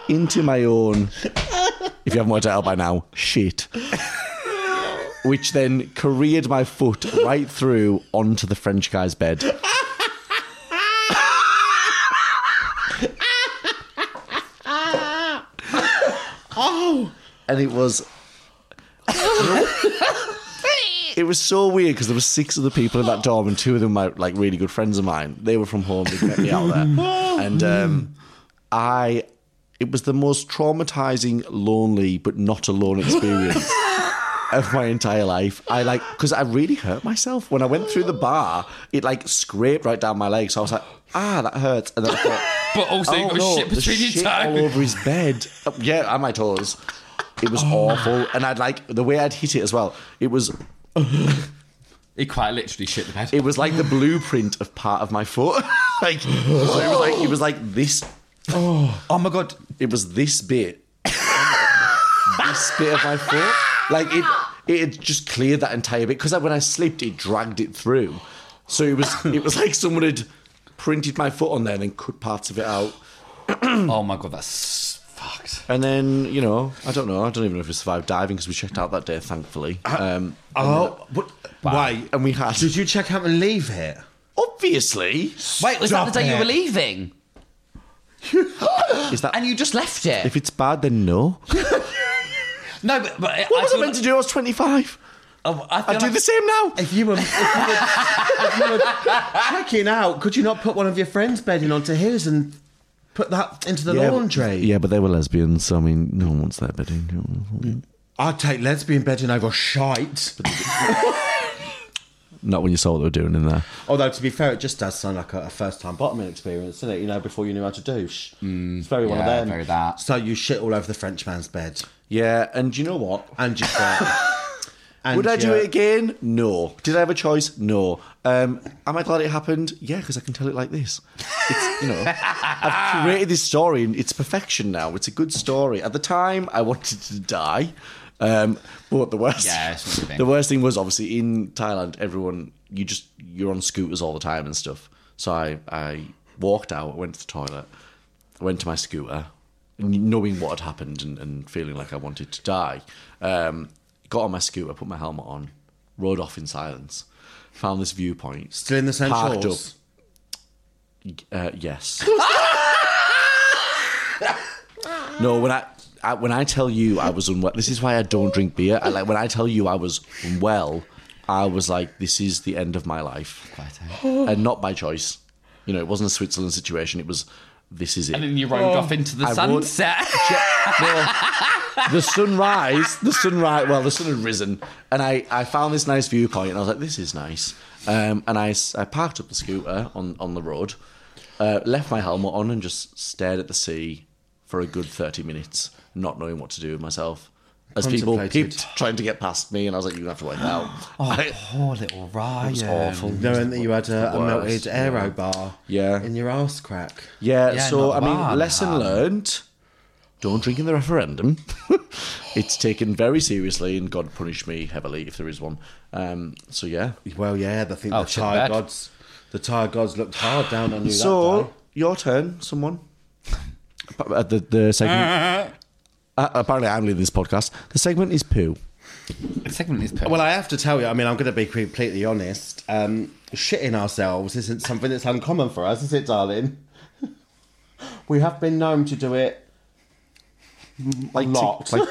into my own. If you haven't worked it out by now, shit. Which then careered my foot right through onto the French guy's bed. and it was. It was so weird because there were six other people in that dorm, and two of them were like really good friends of mine. They were from home; they met me out there, and um, I. It was the most traumatizing, lonely, but not alone experience of my entire life. I like because I really hurt myself when I went through the bar. It like scraped right down my leg, so I was like, "Ah, that hurts," and then I thought. But also, you got shit Oh, the between your shit all toes. over his bed. Uh, yeah, and my toes. It was Oh. awful, and I'd like the way I'd hit it as well. It was He quite literally shit the bed. it was like the blueprint of part of my foot. like so it was like it was like this. oh my god! It was this bit, this bit of my foot. Like it, it had just cleared that entire bit because when I slipped, it dragged it through. So it was it was like someone had printed my foot on there and then cut parts of it out. Oh my god, that's fucked. And then, you know, I don't know. I don't even know if we survived diving because we checked out that day, thankfully. Um, Oh, but, wait. and we had. Did you check out and leave it? Obviously. Wait, was Stop that the day you were it. leaving? Is that. And you just left it? if it's bad, then no. What no, but, but I, was I feel meant to do? I was 25. like- I, feel I do like- the same now. If you were, if you were, if you were checking out, could you not put one of your friends' bedding onto his and put that into the laundry? Yeah, but they were lesbians, so I mean, no one wants that bedding. I'd take lesbian bedding over shite. Not when you saw what they were doing in there. Although to be fair, it just does sound like a, a first-time bottoming experience, doesn't it? You know, before you knew how to douche. Mm. it's very one of yeah, them. very that. So you shit all over the Frenchman's bed, Yeah, and you know what? and you. and Would I do you- it again? No. Did I have a choice? No. Um, am I glad it happened? Yeah, because I can tell it like this. It's, you know, I've created this story and it's perfection now. It's a good story. At the time, I wanted to die. Um, but the worst, Yeah, it's not a thing. the worst thing was obviously in Thailand, everyone you just you're on scooters all the time and stuff. So I I walked out, went to the toilet, I went to my scooter, knowing what had happened and, and feeling like I wanted to die. Um, got on my scooter, put my helmet on, rode off in silence. Found this viewpoint. Still in the same Parked shorts? Uh, yes. no, when I, I when I tell you I was unwell, this is why I don't drink beer. I, like when I tell you I was unwell, I was like, this is the end of my life, and not by choice. You know, it wasn't a Switzerland situation. It was, this is it. And then you rode off into the Oh. I would- sunset. No, the sunrise, the sunrise. Well, the sun had risen, and I, I found this nice viewpoint, and I was like, this is nice. Um, and I, s- I parked up the scooter on on the road, uh, left my helmet on, and just stared at the sea for a good thirty minutes, not knowing what to do with myself. As people Contemplated. kept trying to get past me, and I was like, "You have to wait out." I- Poor Oh, little Ryan. it was awful. Knowing that you had a, a Worst, melted aero bar Yeah. in your ass crack. Yeah, Yeah, so not I mean, bad, lesson man. learned: don't drink in the referendum. it's taken very seriously, and God punish me heavily if there is one. Um, so yeah. Well, yeah, I think Oh, the shit, tire bad. gods, the tire gods looked hard down on you that So day. your turn, someone. Uh, The the segment. uh, apparently, I'm leading this podcast. The segment is poo. Segment is put. Well, I have to tell you, I mean, I'm going to be completely honest. Um, shitting ourselves isn't something that's uncommon for us, is it, darling? We have been known to do it Like to- Lot. like,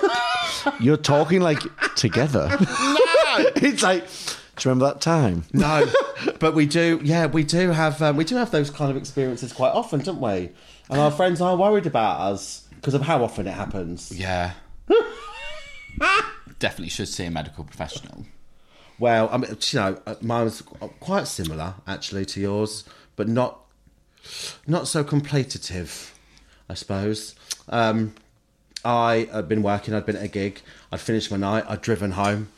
you're talking like together. it's like. Do you remember that time? No, but we do. Yeah, we do have um, we do have those kind of experiences quite often, don't we? And our friends are worried about us because of how often it happens. yeah. Definitely should see a medical professional. Well, I mean, you know, uh, mine was quite similar actually to yours, but not not so competitive, I suppose. Um, I had been working. I'd been at a gig. I'd finished my night. I'd driven home,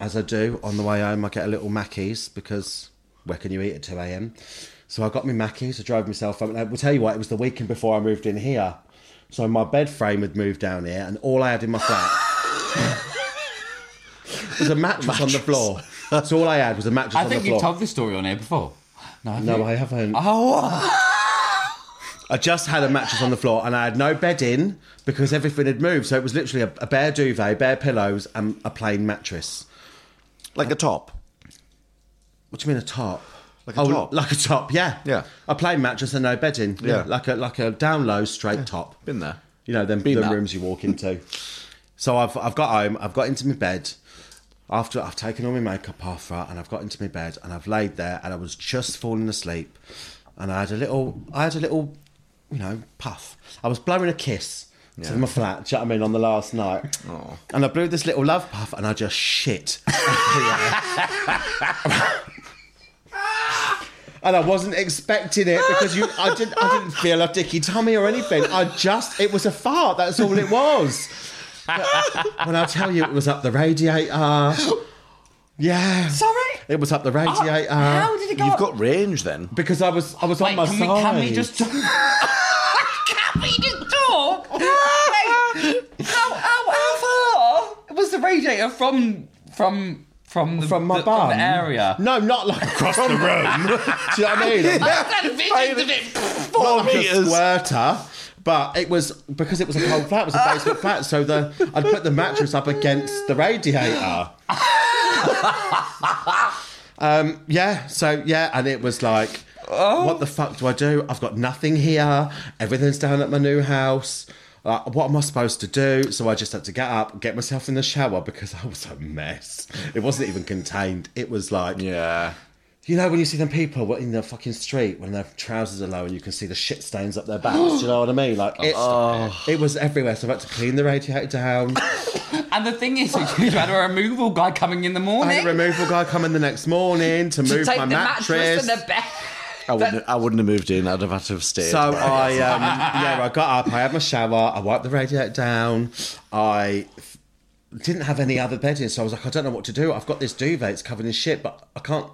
as I do. On the way home, I get a little Mackey's because where can you eat at two a.m. So I got me Mackey's. I drove myself home. And I will tell you what, it was the weekend before I moved in here, so my bed frame had moved down here, and all I had in my flat. was a mattress, on the floor. That's all I had was a mattress I on think the floor. you've told this story on here before. No, have no, you? I haven't. Oh, I just had a mattress on the floor and I had no bed in because everything had moved. So it was literally a, a bare duvet, bare pillows, and a plain mattress. Like a top. What do you mean a top? Oh, Like a top. like a top, yeah, Yeah. A plain mattress and no bedding, yeah. Yeah. Like a like a down low straight top. Been there. You know, them, Been them that. rooms you walk into. So I've I've got home, I've got into my bed after I've taken all my makeup off, right, and I've got into my bed and I've laid there and I was just falling asleep, and I had a little I had a little you know puff. I was blowing a kiss. To my flat, do you know what I mean, on the last night. And I blew this little love puff and I just shit. and I wasn't expecting it because you, I didn't, I didn't feel a dicky tummy or anything. I just, it was a fart. That's all it was. But when I tell you, it was up the radiator. Yeah, Sorry? it was up Uh, the radiator uh, How did it go? You've up? got range then. because I was, I was on Wait, my can, we, side. can we just Can we just Oh, talk? Wait, how, how, how far? was the radiator from from from the, from my the, bum from the area? No, not like across the room. Do you know what I mean? I've got visions of it. not like a meters. squirter, but it was because it was a cold flat. It was a basement flat, so the I'd put the mattress up against the radiator. um, yeah, so yeah, and it was like, what the fuck do I do? I've got nothing here. Everything's down at my new house. Like, what am I supposed to do? So I just had to get up, get myself in the shower because I was a mess. It wasn't even contained. It was like Yeah. you know when you see them people in the fucking street when their trousers are low and you can see the shit stains up their backs. do you know what I mean? Like it's, it was everywhere. So I had to clean the radiator down. And the thing is, you had a removal guy coming in the I morning had a removal guy coming the next morning to, To move take my the mattress. mattress. and the bed. I wouldn't. I wouldn't have moved in. I'd have had to have stayed. so I, um, yeah, I got up. I had my shower. I wiped the radiator down. I f- didn't have any other bedding, so I was like, I don't know what to do. I've got this duvet. It's covered in shit, but I can't.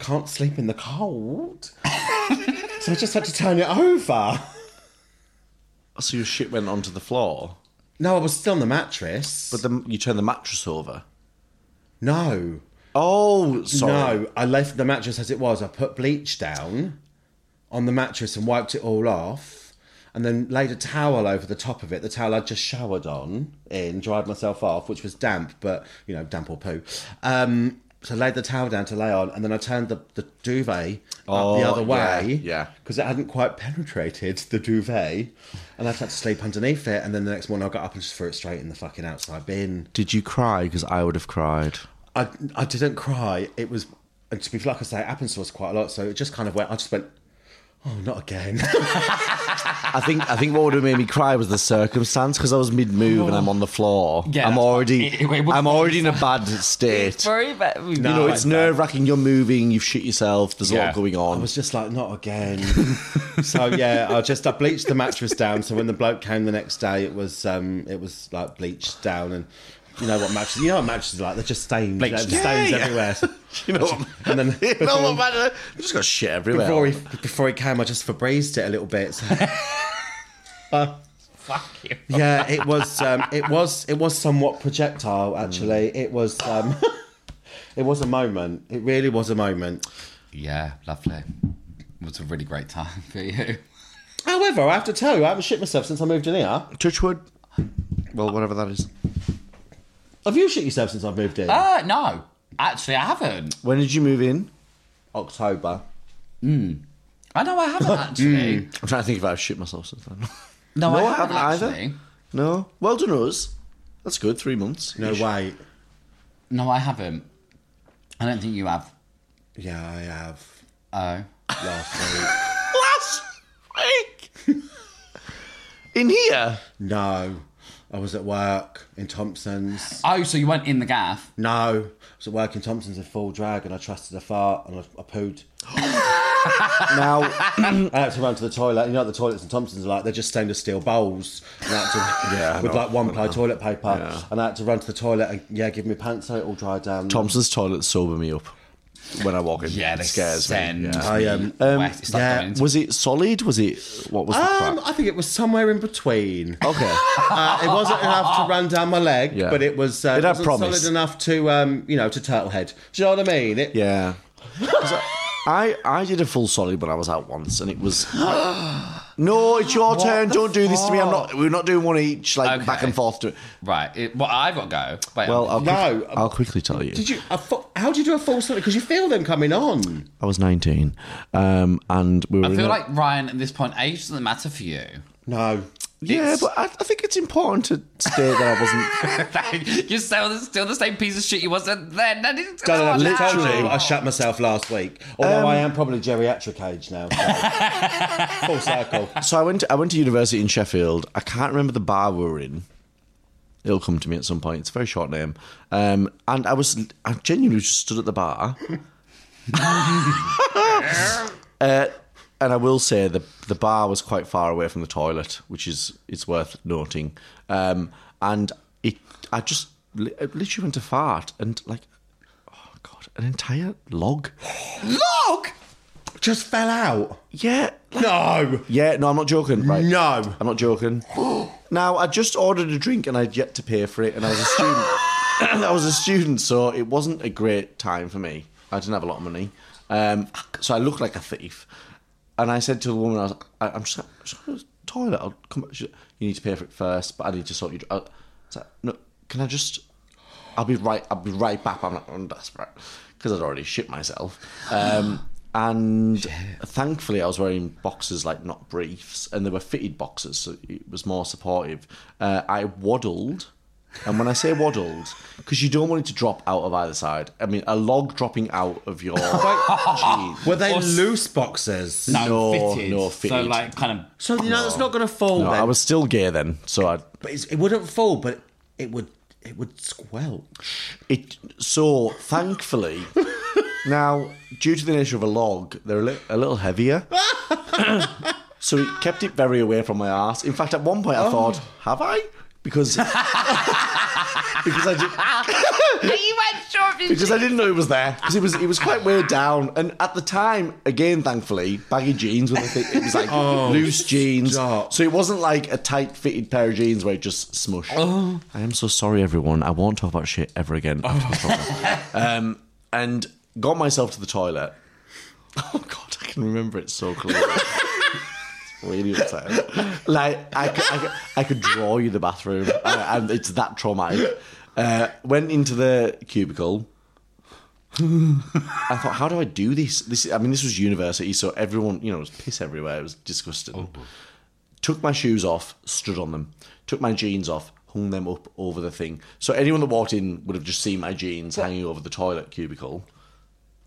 I can't sleep in the cold. so I just had to turn it over. so your shit went onto the floor, No, I was still on the mattress. but then you turned the mattress over. no, Oh, sorry. no, I left the mattress as it was. I put bleach down on the mattress and wiped it all off, and then laid a towel over the top of it. The towel I'd just showered on in, dried myself off, which was damp, but you know, damp or poo. Um, so I laid the towel down to lay on, and then I turned the, the duvet up the Oh, other yeah, way, yeah. because it hadn't quite penetrated the duvet, and I had to sleep underneath it. And then the next morning, I got up and just threw it straight in the fucking outside bin. Did you cry? Because I would have cried. I I didn't cry. It was and to be like I say, it happens to us quite a lot. So it just kind of went. I just went. Oh, not again! I think. I think what would have made me cry was the circumstance because I was mid move and I'm on the floor. Yeah, I'm that's- already. it- it would've I'm been- already in a bad state. Sorry, but You know, No, it's I- nerve wracking. You're moving. You've shit yourself. There's a Yeah. lot going I on. was just like, not again. so yeah, I just I bleached the mattress down. So when the bloke came the next day, it was um it was like bleached down, and you know what mattresses? You know what mattresses are like? They're just stains, you know, Bleached. there's stains Yeah, yeah. everywhere. you know. what- And then you before, know what, man? I've Just got shit everywhere. before he before he came, I just Febrezed it a little bit. So. Uh, Fuck you. yeah, it was um, it was it was somewhat projectile actually. It was um, it was a moment. It really was a moment. Yeah, lovely. It was a really great time for you. However, I have to tell you, I haven't shit myself since I moved in here. Touchwood. Well, whatever that is. Have you shit yourself since I've moved in? Uh, no, actually, I haven't. When did you move in? October. I know I haven't actually. I'm trying to think if I've shit myself since then. No, mm. No, I, I haven't, haven't either. actually. No. Well done, us. That's good. Three months. No wait. No, I haven't. I don't think you have. Yeah, I have. Oh. Last week. Last week. In here. No, I was at work in Thompson's. Oh, so you went in the gaff. No, I was at work in Thompson's in full drag, and I trusted a fart, and I, I pooed. Now, I had to run to the toilet. You know, what the toilets in Thompson's are like they're just stainless steel bowls and I had to- Yeah, I with know. like one ply toilet paper. Yeah. And I had to run to the toilet and yeah, give me pants so it all dried down. Thompson's toilet sober me up when I walk in. Yeah, they it scares send me. Yeah. I, um, me um, west. It's like yeah, going into- Was it solid? Was it what was the um, crap? I think it was somewhere in between. Okay. Uh, it wasn't enough to run down my leg, Yeah. but it was, uh, It had it wasn't promise. solid enough to, um, you know, to turtle head. Do you know what I mean? It, Yeah. 'Cause I, I did a full solid when I was out once, and it was. no, it's your turn. Don't do this to me. I'm not. We're not doing one each, like Okay. back and forth. To, Right. It, well, I've got to go. Wait, well, I'll, No, quick- I'll quickly tell um, you. Did you? A fu- how do you do a full solid? Because you feel them coming on. I was 19, um, and we were. I in feel a- like Ryan at this point, age doesn't matter for you. No, Yeah, but I, I think it's important to state that I wasn't. You're still, still the same piece of shit you wasn't then. That is, No, no, oh, no, no. literally, I shut myself last week. Although I am probably geriatric age now. so- Full circle. so I went. To, I went to university in Sheffield. I can't remember the bar we were in. It'll come to me at some point. It's a very short name. Um, and I was. I genuinely just stood at the bar. Uh, and I will say the the bar was quite far away from the toilet, which is it's worth noting. Um, and it, I just li- I literally went to fart and like, oh god, an entire log. Log! Just fell out. Yeah, like- No! yeah. No, I'm not joking. Right? No. I'm not joking. now I just ordered a drink and I'd yet to pay for it, and I was a student. I was a student, so it wasn't a great time for me. I didn't have a lot of money, um, so I looked like a thief. And I said to the woman, "I was, I, I'm just, I'm just going to the toilet. I'll come. Back. She said, you need to pay for it first, but I need to sort you. I was like, no, can I just? I'll be right. I'll be right back. I'm, like, I'm desperate because I'd already shit myself. Um, and thankfully, I was wearing boxes like not briefs, and they were fitted boxes, so it was more supportive. Uh, I waddled, and when I say waddled, because you don't want it to drop out of either side. I mean, a log dropping out of your jeans. Were they loose boxes? No, No, fitted. no, So fitted. like kind of So you know it's not going to fall. No, then. I was still gay then, so I But it's, it wouldn't fall, but it would. It would squelch. It so thankfully now due to the nature of a log, they're a, li- a little heavier. so it kept it very away from my ass. In fact, at one point I thought, "Have I?" Because because I did, you weren't sure if you because I didn't know it was there because it was it was quite way down and at the time again thankfully baggy jeans with a thick it was like loose jeans stop. so it wasn't like a tight fitted pair of jeans where it just smushed. I am so sorry everyone I won't talk about shit ever again after this program. um, and got myself to the toilet oh god I can remember it so clearly. Really upsetting. Like I, c- I, c- I could draw you the bathroom. I, I, it's that traumatic. Uh, went into the cubicle, I thought, how do I do this? This, I mean, this was university, so everyone, you know, it was piss everywhere. It was disgusting. Took my shoes off, stood on them. Took my jeans off, hung them up over the thing. So anyone that walked in would have just seen my jeans hanging over the toilet cubicle.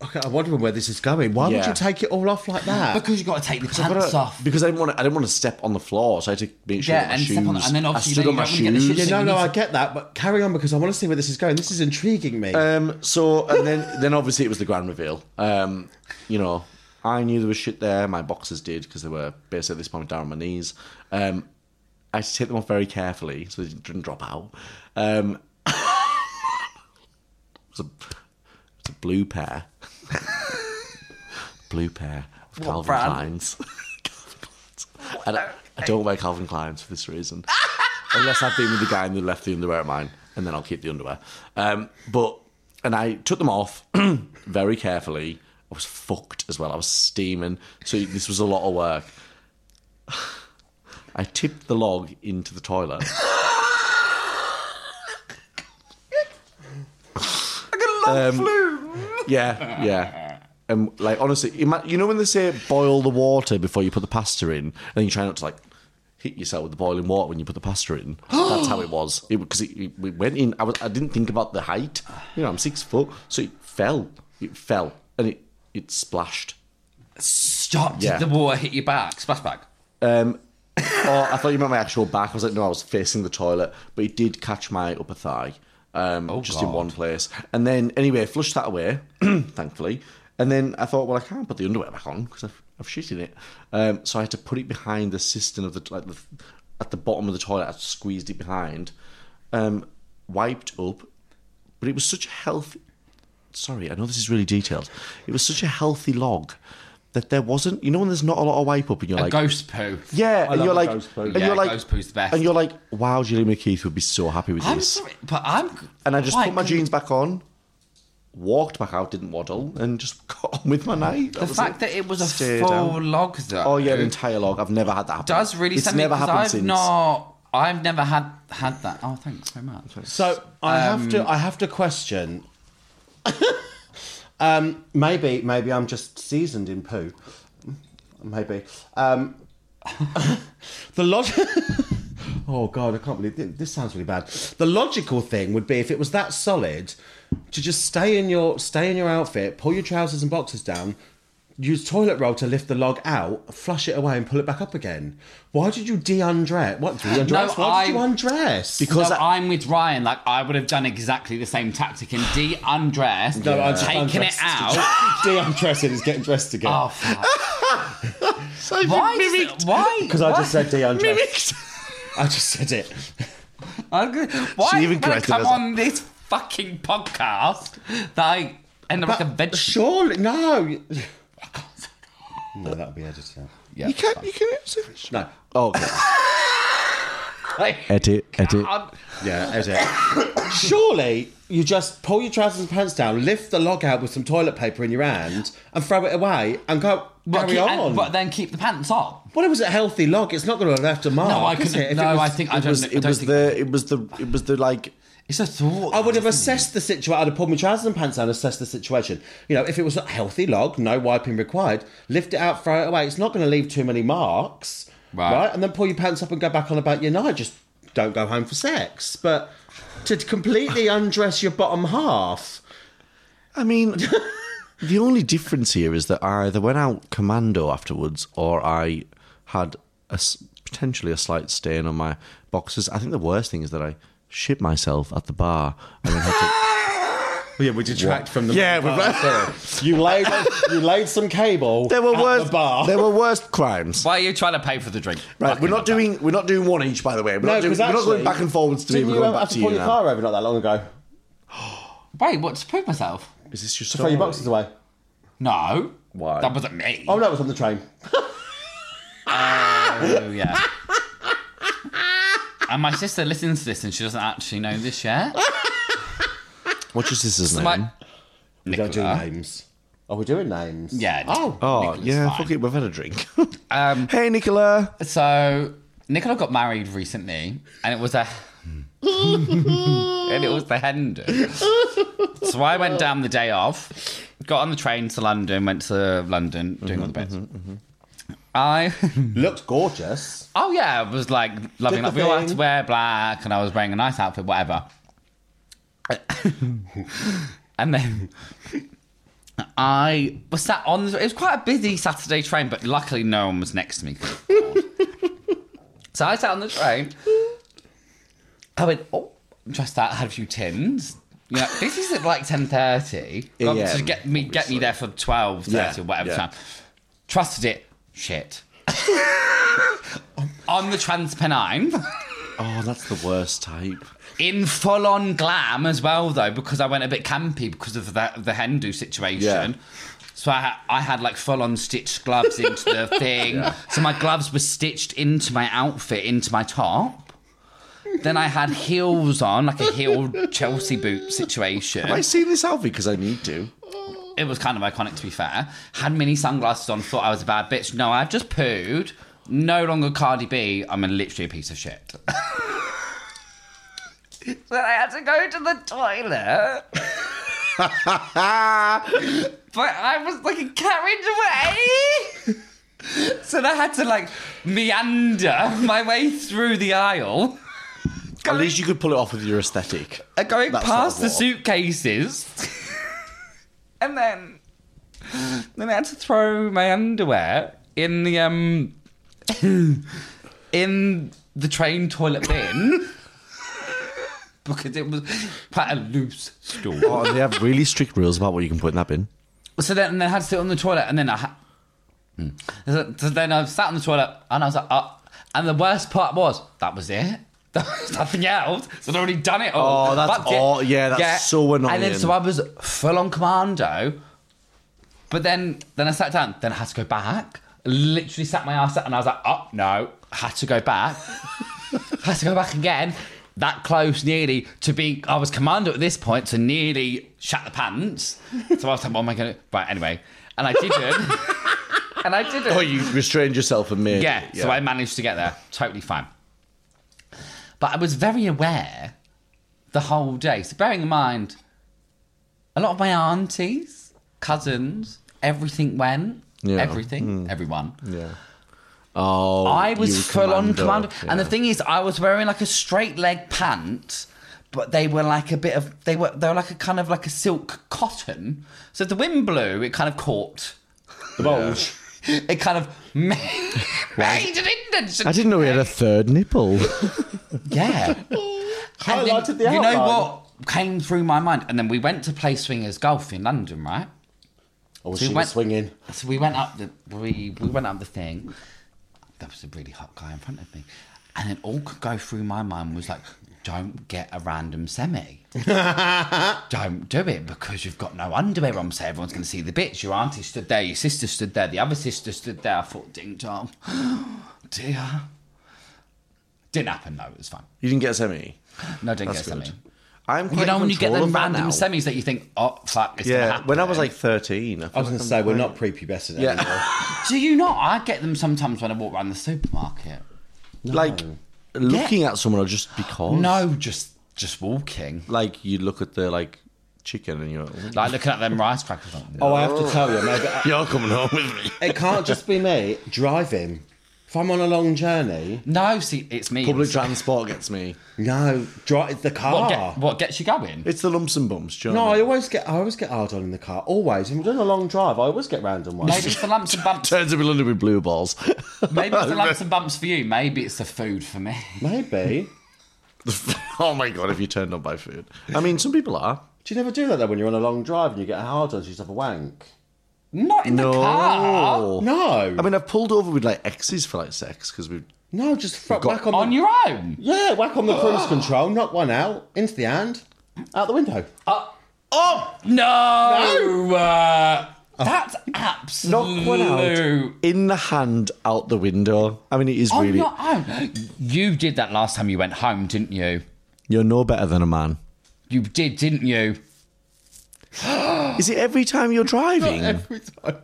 Okay, I'm wondering where this is going. Why would Yeah. you take it all off like that? because you got to take the But uh, pants I- off. because I didn't want to, I didn't want to step on the floor, so I had to make sure Yeah, that my and shoes. step on- and then obviously I stood on then you my don't wanna get the shoes. shit yeah, no, you no, need I get that, but carry on because I want to see where this is going. This is intriguing me. Um, so and then then obviously it was the grand reveal. Um, you know, I knew there was shit there. My boxers did because they were basically at this point down on my knees. Um, I had to take them off very carefully so they didn't drop out. Um, it's a it's a blue pair, blue pair of Calvin brand? Klein's. Calvin Klein's. And I, I don't wear Calvin Klein's for this reason. Unless I've been with the guy and they left the underwear at mine, and then I'll keep the underwear. Um, but and I took them off very carefully. I was fucked as well. I was steaming, so this was a lot of work. I tipped the log into the toilet. Yeah, yeah. And like honestly, ima- you know when they say boil the water before you put the pasta in, and then you try not to like hit yourself with the boiling water when you put the pasta in. That's how it was. It because it, it, it went in. I was I didn't think about the height. You know, I'm six foot, so it fell. It fell and it it splashed. Stop! Yeah. Did the water hit your back? Splash back. Um, oh, I thought you meant my actual back. I was like, no, I was facing the toilet, but it did catch my upper thigh, um, just in God. one place. And then, anyway, I flushed that away, thankfully. And then I thought, well, I can't put the underwear back on because I've, I've shit in it. Um, so I had to put it behind the cistern of the like the, at the bottom of the toilet. I squeezed it behind, um, wiped up, but it was such a healthy. Sorry, I know this is really detailed. It was such a healthy log that there wasn't. You know when there's not a lot of wipe up and you're like, Ghost poo. yeah, and love you're a like, ghost poo. and Yeah, you're like, ghost poo's the best. And you're like, wow, Julie McKeith would be so happy with I'm this. sorry, but I'm. And I just Why put my couldn't- jeans back on, walked back out, didn't waddle, and just got on with my night. The fact that it was a Stay full down. log though. oh yeah, an entire log. I've never had that. happen. does really It's send me- never 'cause happened I've since. Not, I've never had had that. Oh, thanks so much. So I have Um, to I have to question. um, maybe maybe I'm just seasoned in poo. Maybe um, the log Oh God, I can't believe th- this sounds really bad. The logical thing would be if it was that solid, to just stay in your stay in your outfit, pull your trousers and boxers down, use toilet roll to lift the log out, flush it away, and pull it back up again. Why did you de-undress? What did you undress? No, Why I- did you undress? Because no, I- I'm with Ryan. Like I would have done exactly the same tactic and de undressed, No, I just taking it undressed. out. de-undressing is getting dressed again. oh fuck! why? does it- why? Because I just why- said de-undressed. I just said it. I agree. oh, Why She she even even I corrected come us. on this fucking podcast that I end up like a vegetable? Surely no. No, that'll be edited out. Yeah, You can't. You can't. No. Oh, okay. edit, edit. I'm- Yeah, edit. Surely you just pull your trousers and pants down, lift the log out with some toilet paper in your hand, and throw it away and go but, carry keep- and- on. but then keep the pants on. well, it was a healthy log. It's not going to have left a mark. No, I is it? couldn't. If No, it was- I think I Oh, It don't. was. I It don't was think, the. It was the. It was the like. It's a thought. I would have assessed the situation. I'd have pulled my trousers and pants down and assessed the situation. You know, if it was a healthy log, no wiping required, lift it out, throw it away. It's not going to leave too many marks, Right. right. And then pull your pants up and go back on about your night. Just don't go home for sex. But to completely undress your bottom half, I mean, the only difference here is that I either went out commando afterwards, or I had a s potentially a slight stain on my boxes. I think the worst thing is that I shit myself at the bar and then had to. yeah, we detract from the Yeah, we- Oh, sorry. you laid you laid some cable. There were at worse. the bar. There were worse crimes. Why are you trying to pay for the drink? Right, Fucking we're not love that. doing we're not doing one each, by the way. We're, No, not, doing, 'cause we're not actually- going back and forwards to me. Didn't We're you going ever have back to to pull you your now. car over not that long ago? Wait, what? To prove myself? Is this your Throw story? your boxes away. No. Why? That wasn't me. Oh no, it was on the train. Oh, yeah. and my sister listens to this and she doesn't actually know this yet. What's your sister's name? My- We don't do Nicola. names. Are we doing names? Yeah. Oh. oh Nicola's yeah, fine. fuck it. We've had a drink. Um, hey, Nicola. So Nicola got married recently, and it was a and it was the hen do. So I went down the day off, got on the train to London, went to London doing all the bits. mm-hmm. I Looked gorgeous. oh yeah, I was like loving Did like the we all had to thing. wear black, and I was wearing a nice outfit, whatever. and then I was sat on. The, it was quite a busy Saturday train, but luckily no one was next to me. so I sat on the train. I went, oh, dressed out, had a few tins. You know, this is at like ten thirty. AM, To get me, get me obviously. there for twelve thirty Yeah, or whatever yeah. time. Trusted it. Shit. on the Trans Pennine. Oh, that's the worst type. in full on glam as well though because I went a bit campy because of the the Hindu situation. Yeah. So I, ha- I had like full on stitched gloves into the thing. So my gloves were stitched into my outfit, into my top. Then I had heels on, like a heel Chelsea boot situation. Have I seen this outfit? Because I need to. It was kind of iconic to be fair. Had mini sunglasses on, thought I was a bad bitch. No, I've just pooed. No longer Cardi B. I'm a, literally a piece of shit. But I had to go to the toilet. but I was like a carriageway. so I had to like meander my way through the aisle, At least you could pull it off with your aesthetic. uh, going That's past not a the walk. suitcases, and then then I had to throw my underwear in the um in the train toilet bin. Because it was quite a loose stool. Oh, and they have really strict rules about what you can put in that bin. So then, and then I had to sit on the toilet, er and then I, ha- Mm. so, so then I er sat on the toilet, and I was like, oh. and the worst part was that was it. There was nothing else. So I'd already done it all. Oh, that's it. aw- yeah, that's so And annoying. then so I was full on commando, but then then I sat down. Then I had to go back. Literally sat my ass up, and I was like, oh no, had to go back. had to go back again. That close, nearly to be. I was commando at this point to nearly shut the pants. So I was like, "What am I going to?" Right, anyway, and I didn't. and I didn't. Oh, you restrained yourself and made. yeah, it, So I managed to get there, totally fine. But I was very aware the whole day. So bearing in mind, a lot of my aunties, cousins, everything went. Yeah. Everything, everyone. Yeah. Oh, I you were was full on commando, commando. And the yeah. thing is, I was wearing like a straight leg pant, but they were like a bit of they were they were like a kind of like a silk cotton. So if the wind blew, it kind of caught the bulge. It kind of ma- made an indentation. I didn't know he had a third nipple. Yeah. And then, Highlighted the You know outline. what came through my mind? And then we went to play swingers golf in London, right? I wish So he he was went- swinging. So we went up the we, we went up the thing. There was a really hot guy in front of me, and then all could go through my mind was like, "Don't get a random semi. Don't do it because you've got no underwear on, so everyone's going to see the bitch. Your auntie stood there, your sister stood there, the other sister stood there. I thought, ding dong, dear. Didn't happen though. It was fine. You didn't get a semi. No, didn't That's get a good. semi. I'm quite You know when you get control them of that random now. semis that you think, oh fuck, it's gonna Yeah, happen. when I was like 13, I, I was going to say, we're not prepubescent Yeah. anymore. do you not? I get them sometimes when I walk around the supermarket. like looking at someone or just because. No, just just walking. like you look at the like chicken and you're Like looking at them rice crackers. Like, Oh, I have to tell you, maybe you're coming home with me. it can't just be me driving. If I'm on a long journey, no, see, it's me. Public It's- transport gets me. no, drive the car. what, get, what gets you going? Ah. It's the lumps and bumps, do you know No, what I I mean? always get I always get hard on in the car. Always. If I'm doing a long drive, I always get random ones. Maybe it's the lumps and bumps. Turns up in London with blue balls. Maybe it's the lumps and bumps for you. Maybe it's the food for me. Maybe. oh my god, if you turned on by food. I mean, some people are. Do you never do that though when you're on a long drive and you get a hard on, so you just have a wank? Not in the car. No. No. I mean, I've pulled over with like exes for like sex because we've. no, just fr- got- whack on, On the your own. Yeah, whack on the cruise control, knock one out, into the hand, out the window. Oh. No. uh, that's absolute. Ah. Knock one out. In the hand, out the window. I mean, it is On really. your own. You did that last time you went home, didn't you? You're no better than a man. You did, didn't you? Is it every time you're driving? Every time.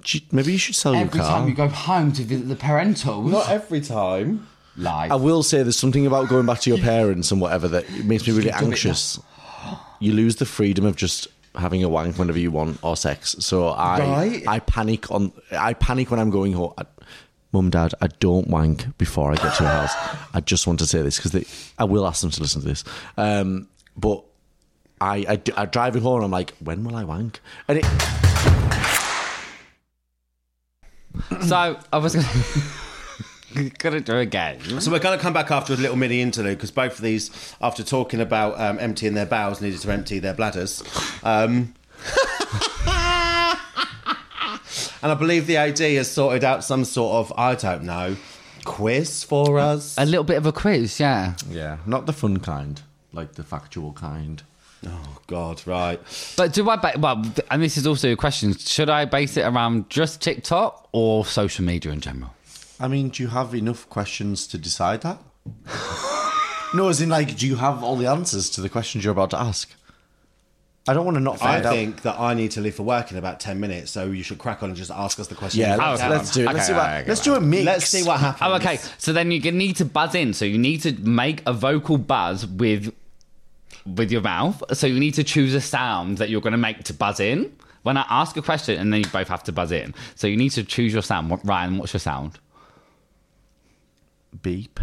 Gee, Maybe you should sell Every your car. time you go home to visit the parentals. Not every time. Live. I will say there's something about going back to your parents and whatever that it makes me really anxious. You lose the freedom of just having a wank whenever you want or sex. So I Right. I panic on I panic when I'm going home. I, Mum, Dad, I don't wank before I get to your house. I just want to say this because I will ask them to listen to this. Um, but I, I d- I drive it home and I'm like, when will I wank? And it, So I was gonna, gonna do again. So we're going to come back after a little mini interlude because both of these, after talking about um, emptying their bowels, needed to empty their bladders. Um, and I believe the AD has sorted out some sort of, I don't know, quiz for us. A little bit of a quiz, yeah. yeah, not the fun kind, like the factual kind. Oh, God, right. But do I? Ba- well, th- and this is also a question: Should I base it around just TikTok or social media in general? I mean, do you have enough questions to decide that? no, as in, like, do you have all the answers to the questions you're about to ask? I don't want to not I find out. think that I need to leave for work in about 10 minutes, so you should crack on and just ask us the question. yeah, you let's, want. let's do it. Okay, let's see what, okay, okay, let's do a mix. Let's see what happens. Oh, okay. So then you g- need to buzz in. So you need to make a vocal buzz with with your mouth. So you need to choose a sound that you're going to make to buzz in. When I ask a question, and then you both have to buzz in. So you need to choose your sound. What- Ryan, what's your sound? Beep.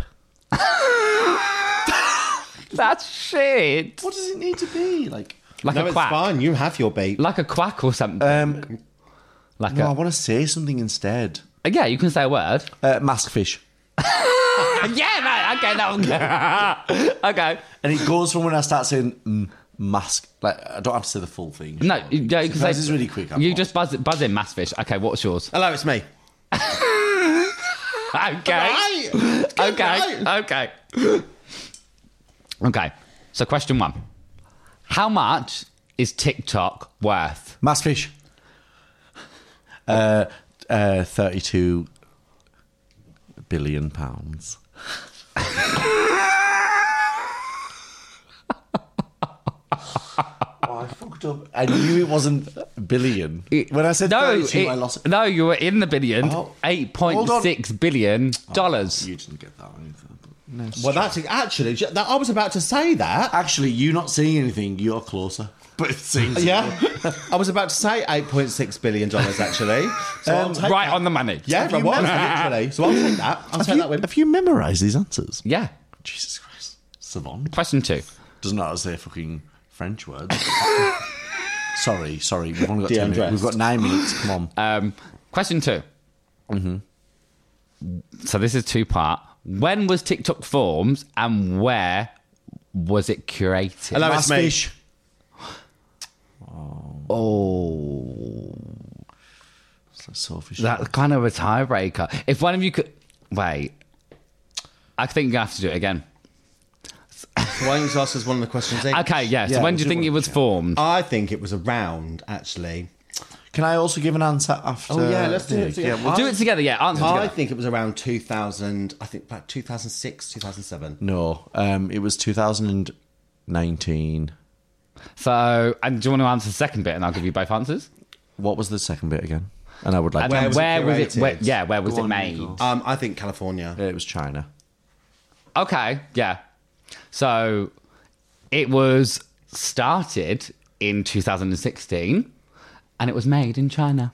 That's shit. What does it need to be? Like, Like No, a it's quack. fine. You have your beat. Like a quack or something. um, like no, a, I want to say something instead. Yeah, you can say a word. Uh, mask fish. yeah, mate. Okay, that one. okay. And it goes from when I start saying mm, mask. Like, I don't have to say the full thing. No, surely. you- yeah, you can say. This is really quick. I'm You not. just buzz, buzz in, mass fish. Okay, what's yours? Hello, it's me. Okay. Right. Okay. Okay. Okay. So, question one How much is TikTok worth? Mass fish. Uh, uh, 32 billion pounds. oh, I fucked up. I knew it wasn't billion. When I said no, 32, it- I lost it. no, you were in the billion. Oh. Eight point six billion dollars. You didn't get that one either. Well, that's actually, that, I was about to say that. Actually, you not seeing anything, you're closer. but it seems Yeah, I was about to say eight point six billion dollars actually. So I'll take right that. on the money. Yeah, but what? Literally. So I'll take that. I'll take that with. Have you memorised these answers? Yeah. Jesus Christ, savant Question two. doesn't know how to say a fucking French word. sorry, sorry. We've only got Yeah, ten I'm minutes. We've got dressed. nine minutes. Come on. Uh, Um, question 2 So this is two part. When was TikTok formed and where was it curated? Hello, it's me. fish. Oh. Selfish. That's kind of a tiebreaker. If one of you could wait, I think you have to do it again. Why don't you ask us one of the questions? each? Okay, yeah. So Yeah, when we'll do you do think one it was each, yeah. formed? I think it was around actually. Can I also give an answer after? Oh, yeah, let's do it together. well, do it together. Yeah, answer I together. think it was around 2000. I think about 2006, 2007. No, um, it was 2019. So, and do you want to answer the second bit, and I'll give you both answers? What was the second bit again? And I would like And to then was it where was it? curated? Where, yeah, where was Go it on, made? Michael. Um, I think California. It was China. Okay, yeah. So it was started in 2016 and it was made in China.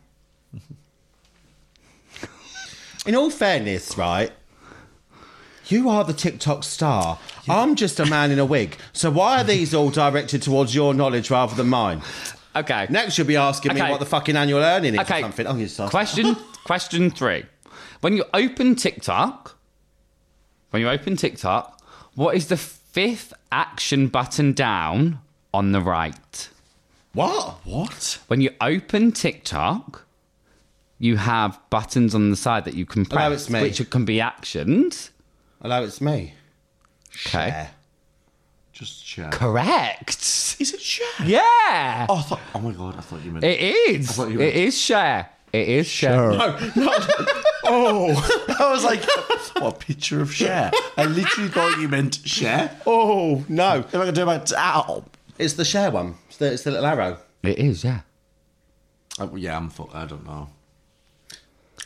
In all fairness, right? You are the TikTok star. I'm just a man in a wig. So why are these all directed towards your knowledge rather than mine? Okay. Next, you'll be asking Okay. me what the fucking annual earning is or okay. something. Oh, you start. question question 3. When you open TikTok, when you open TikTok, what is the fifth action button down on the right? What? What? When you open TikTok, you have buttons on the side that you can press, Oh, it's me. which can be actioned. Hello, it's me. Okay. Share. Just share. Correct. Is it share? Yeah. Oh, I thought, oh my god, I thought you meant. It is. thought you meant- It is share. It is share. oh, I was like, what picture of share? I literally thought you meant share. Oh no! If I could do my ow. It's the share one. It's the, it's the little arrow. It is, yeah. Oh, yeah, I'm. Full, I don't know.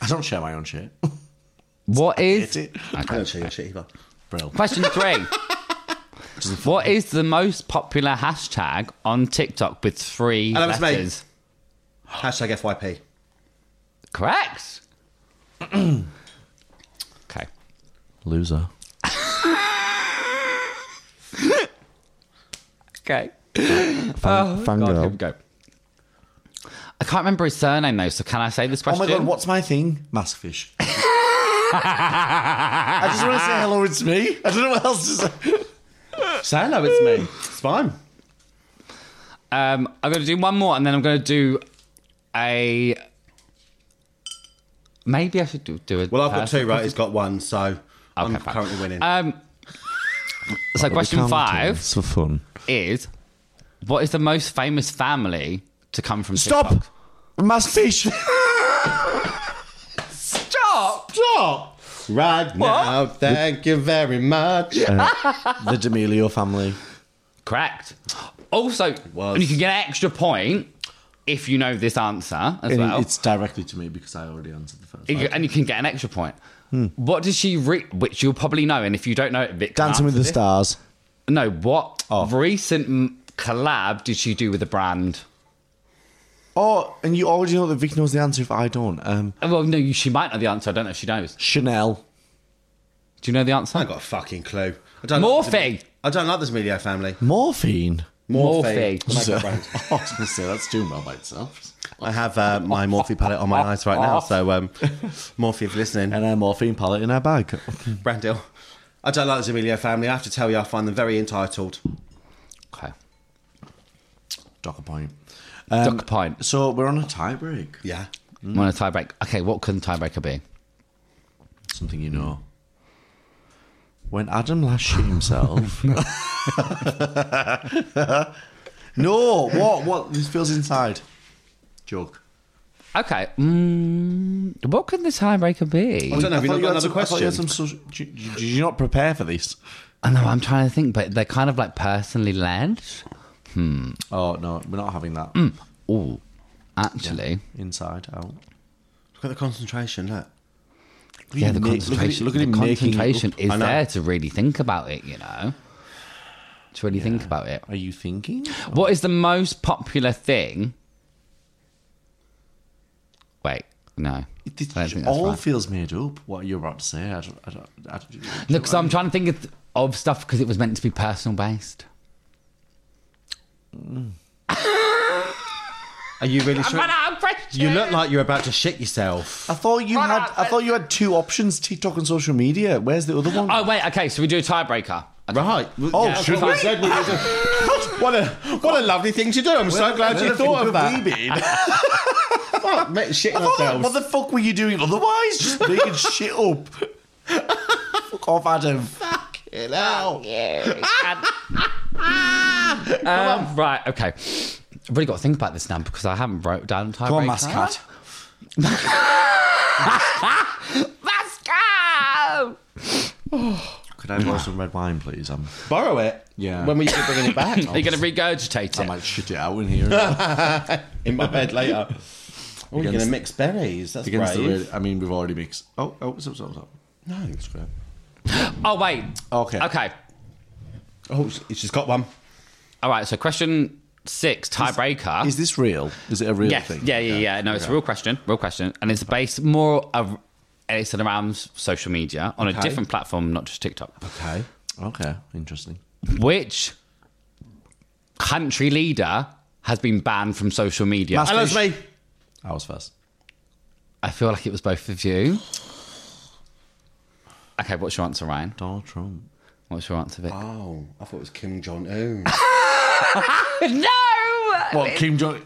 I don't share my own shit. What It's is it. I don't show your Oh, shit either. Brill. question three? what is the most popular hashtag on TikTok with three Hello, it's me. letters? Hashtag FYP. Correct. okay. Loser. Okay. Oh, God, here we Fangirl. go. I can't remember his surname though, so can I say this Oh question? my god, what's my thing? Maskfish. I just want to say hello, it's me. I don't know what else to say. Say hello, it's me. It's fine. Um, I'm going to do one more, and then I'm going to do a. Maybe I should do, do it. Well, I've got two, right? He's got one, so I'm Okay, fine. currently winning. Um, so, question five for fun. is What is the most famous family to come from Stop! TikTok? Maskfish! Stop! Stop! Right now, thank you very much. the D'Amelio family. Correct. Also, was. and you can get an extra point if you know this answer as And well. It's directly to me because I already answered the first And you- and you can get an extra point. Hmm. What does she re- which you'll probably know, and if you don't know it, Vic, can Dancing with answer the this. Stars. No, what Oh. recent m- collab did she do with a brand? Oh, and you already know that Vic knows the answer if I don't. Um, Oh, Well, no, you- she might know the answer. I don't know if she knows. Chanel. Do you know the I answer? ain't got a fucking clue. I don't Like the Morphe. D'Amelio- I don't like this Emilio family. Morphine. Morphe. The makeup brand. I was going to say, that's doing well by itself. I have uh, my Morphe palette on my eyes right now, so um, Morphe, if you're listening, And a morphine palette in her bag. brand deal. I don't like this Emilio family. I have to tell you, I find them very entitled. Okay. Dock a point. Um, Duck point. So we're on a tie break. Yeah. mm. I'm on a tiebreak. Okay, what can tiebreaker be? Something you know. When Adam last shit himself. no, what? What? This feels inside. Joke. Okay. Mm, what can the tiebreaker be? I don't know. Have you not got thought had another some- I thought you question? had some social- did, you- did you not prepare for this? I know. I'm trying to think, but they're kind of like personally led. Oh no, we're not having that. Oh, actually, Inside out. Look at the concentration. Look. yeah. the Look at it- concentration. Look at, it the making it up. concentration is I know. there to really think about it. You know. to really think about it. Are you thinking? What is the most popular thing? Wait, no. This I don't think that's all right. feels made up. What you're about to say, I don't. I don't, I don't, No, because I'm trying to think of, of stuff because it was meant to be personal based. Are you really I've sure? run out of questions. You look like you're about to shit yourself. I thought you had. I thought you had two options: TikTok and social media. Where's the other one? Oh wait, okay. So we do a tiebreaker. Right. Oh, that's should what we I- said we were doing- What a what a lovely thing to do. I'm so glad you thought of that. Fuck, mate, shitting What, ourselves. the fuck were you doing otherwise? Just making shit up. fuck off, Adam. Fucking Oh, hell. Um, right. Okay. I've really got to think about this now because I haven't wrote down a tiebreaker. Come on, Mascat. Pascal! Could I borrow some red wine, please? I'm, Borrow it. Yeah. When we keep bringing it back Are you going to regurgitate I it? might shit it out in here. in my bed later. Oh, you're Against- going to mix berries. That's against the brave. radio. I mean, we've already mixed. Oh, oh, so, so, so. No, it's great. Oh wait. Okay. Okay. Oh, she- she's got one. All right. So question six, tiebreaker. Is this real? Is it a real Yes. thing? Yeah, yeah, yeah. No, it's a real question. Real question. And it's based more of it's around social media on a different platform, not just TikTok. Okay. Okay, interesting. Which country leader has been banned from social media? Mas- And that's me. I was first. I feel like it was both of you. Okay, what's your answer, Ryan? Donald Trump. What's your answer, Vic? Oh, I thought it was Kim Jong Un. No! What, Kim Jong?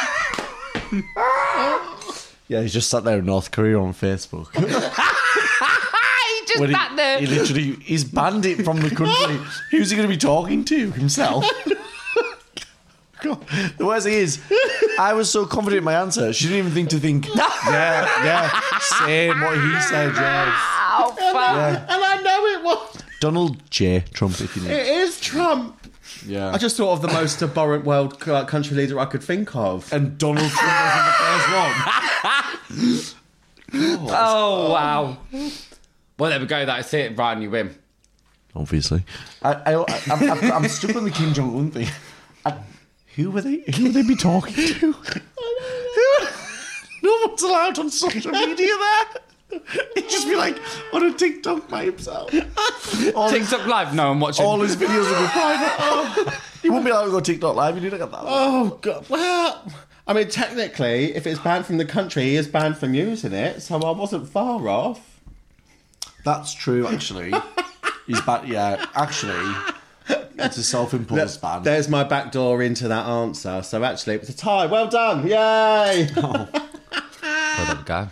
yeah, he just sat there in North Korea on Facebook. I just When he, sat there. he literally he's banned it from the country. Who's he going to be talking to? Himself. God. The worst thing is, I was so confident in my answer. She didn't even think to think. Yeah, yeah. Same what he said. Yeah. Oh, and fuck. I know it was. Donald J. Trump, if you need. It is Trump. Yeah. I just thought of the most abhorrent world uh, country leader I could think of. and Donald Trump wasn't the first one. Oh, wow. Well, there we go. That's it. Ryan, you win. Obviously. I, I, I'm, I'm, I'm stuck on the Kim Jong Un thing. I, who were they? Who would they be talking to? Who- no one's allowed on social media there. He'd just be like on a TikTok by himself. All, his, TikTok live? No, I'm watching. all his videos would be private. Oh, he wouldn't be allowed to go TikTok live. He'd look at that. Oh god. Well, I mean, technically, if it's banned from the country, he is banned from using it. So I wasn't far off. That's true, actually. He's bad. Yeah, actually, it's a self-imposed ban. There's my back door into that answer. So actually, it was a tie. Well done. Yay. Well, there we go.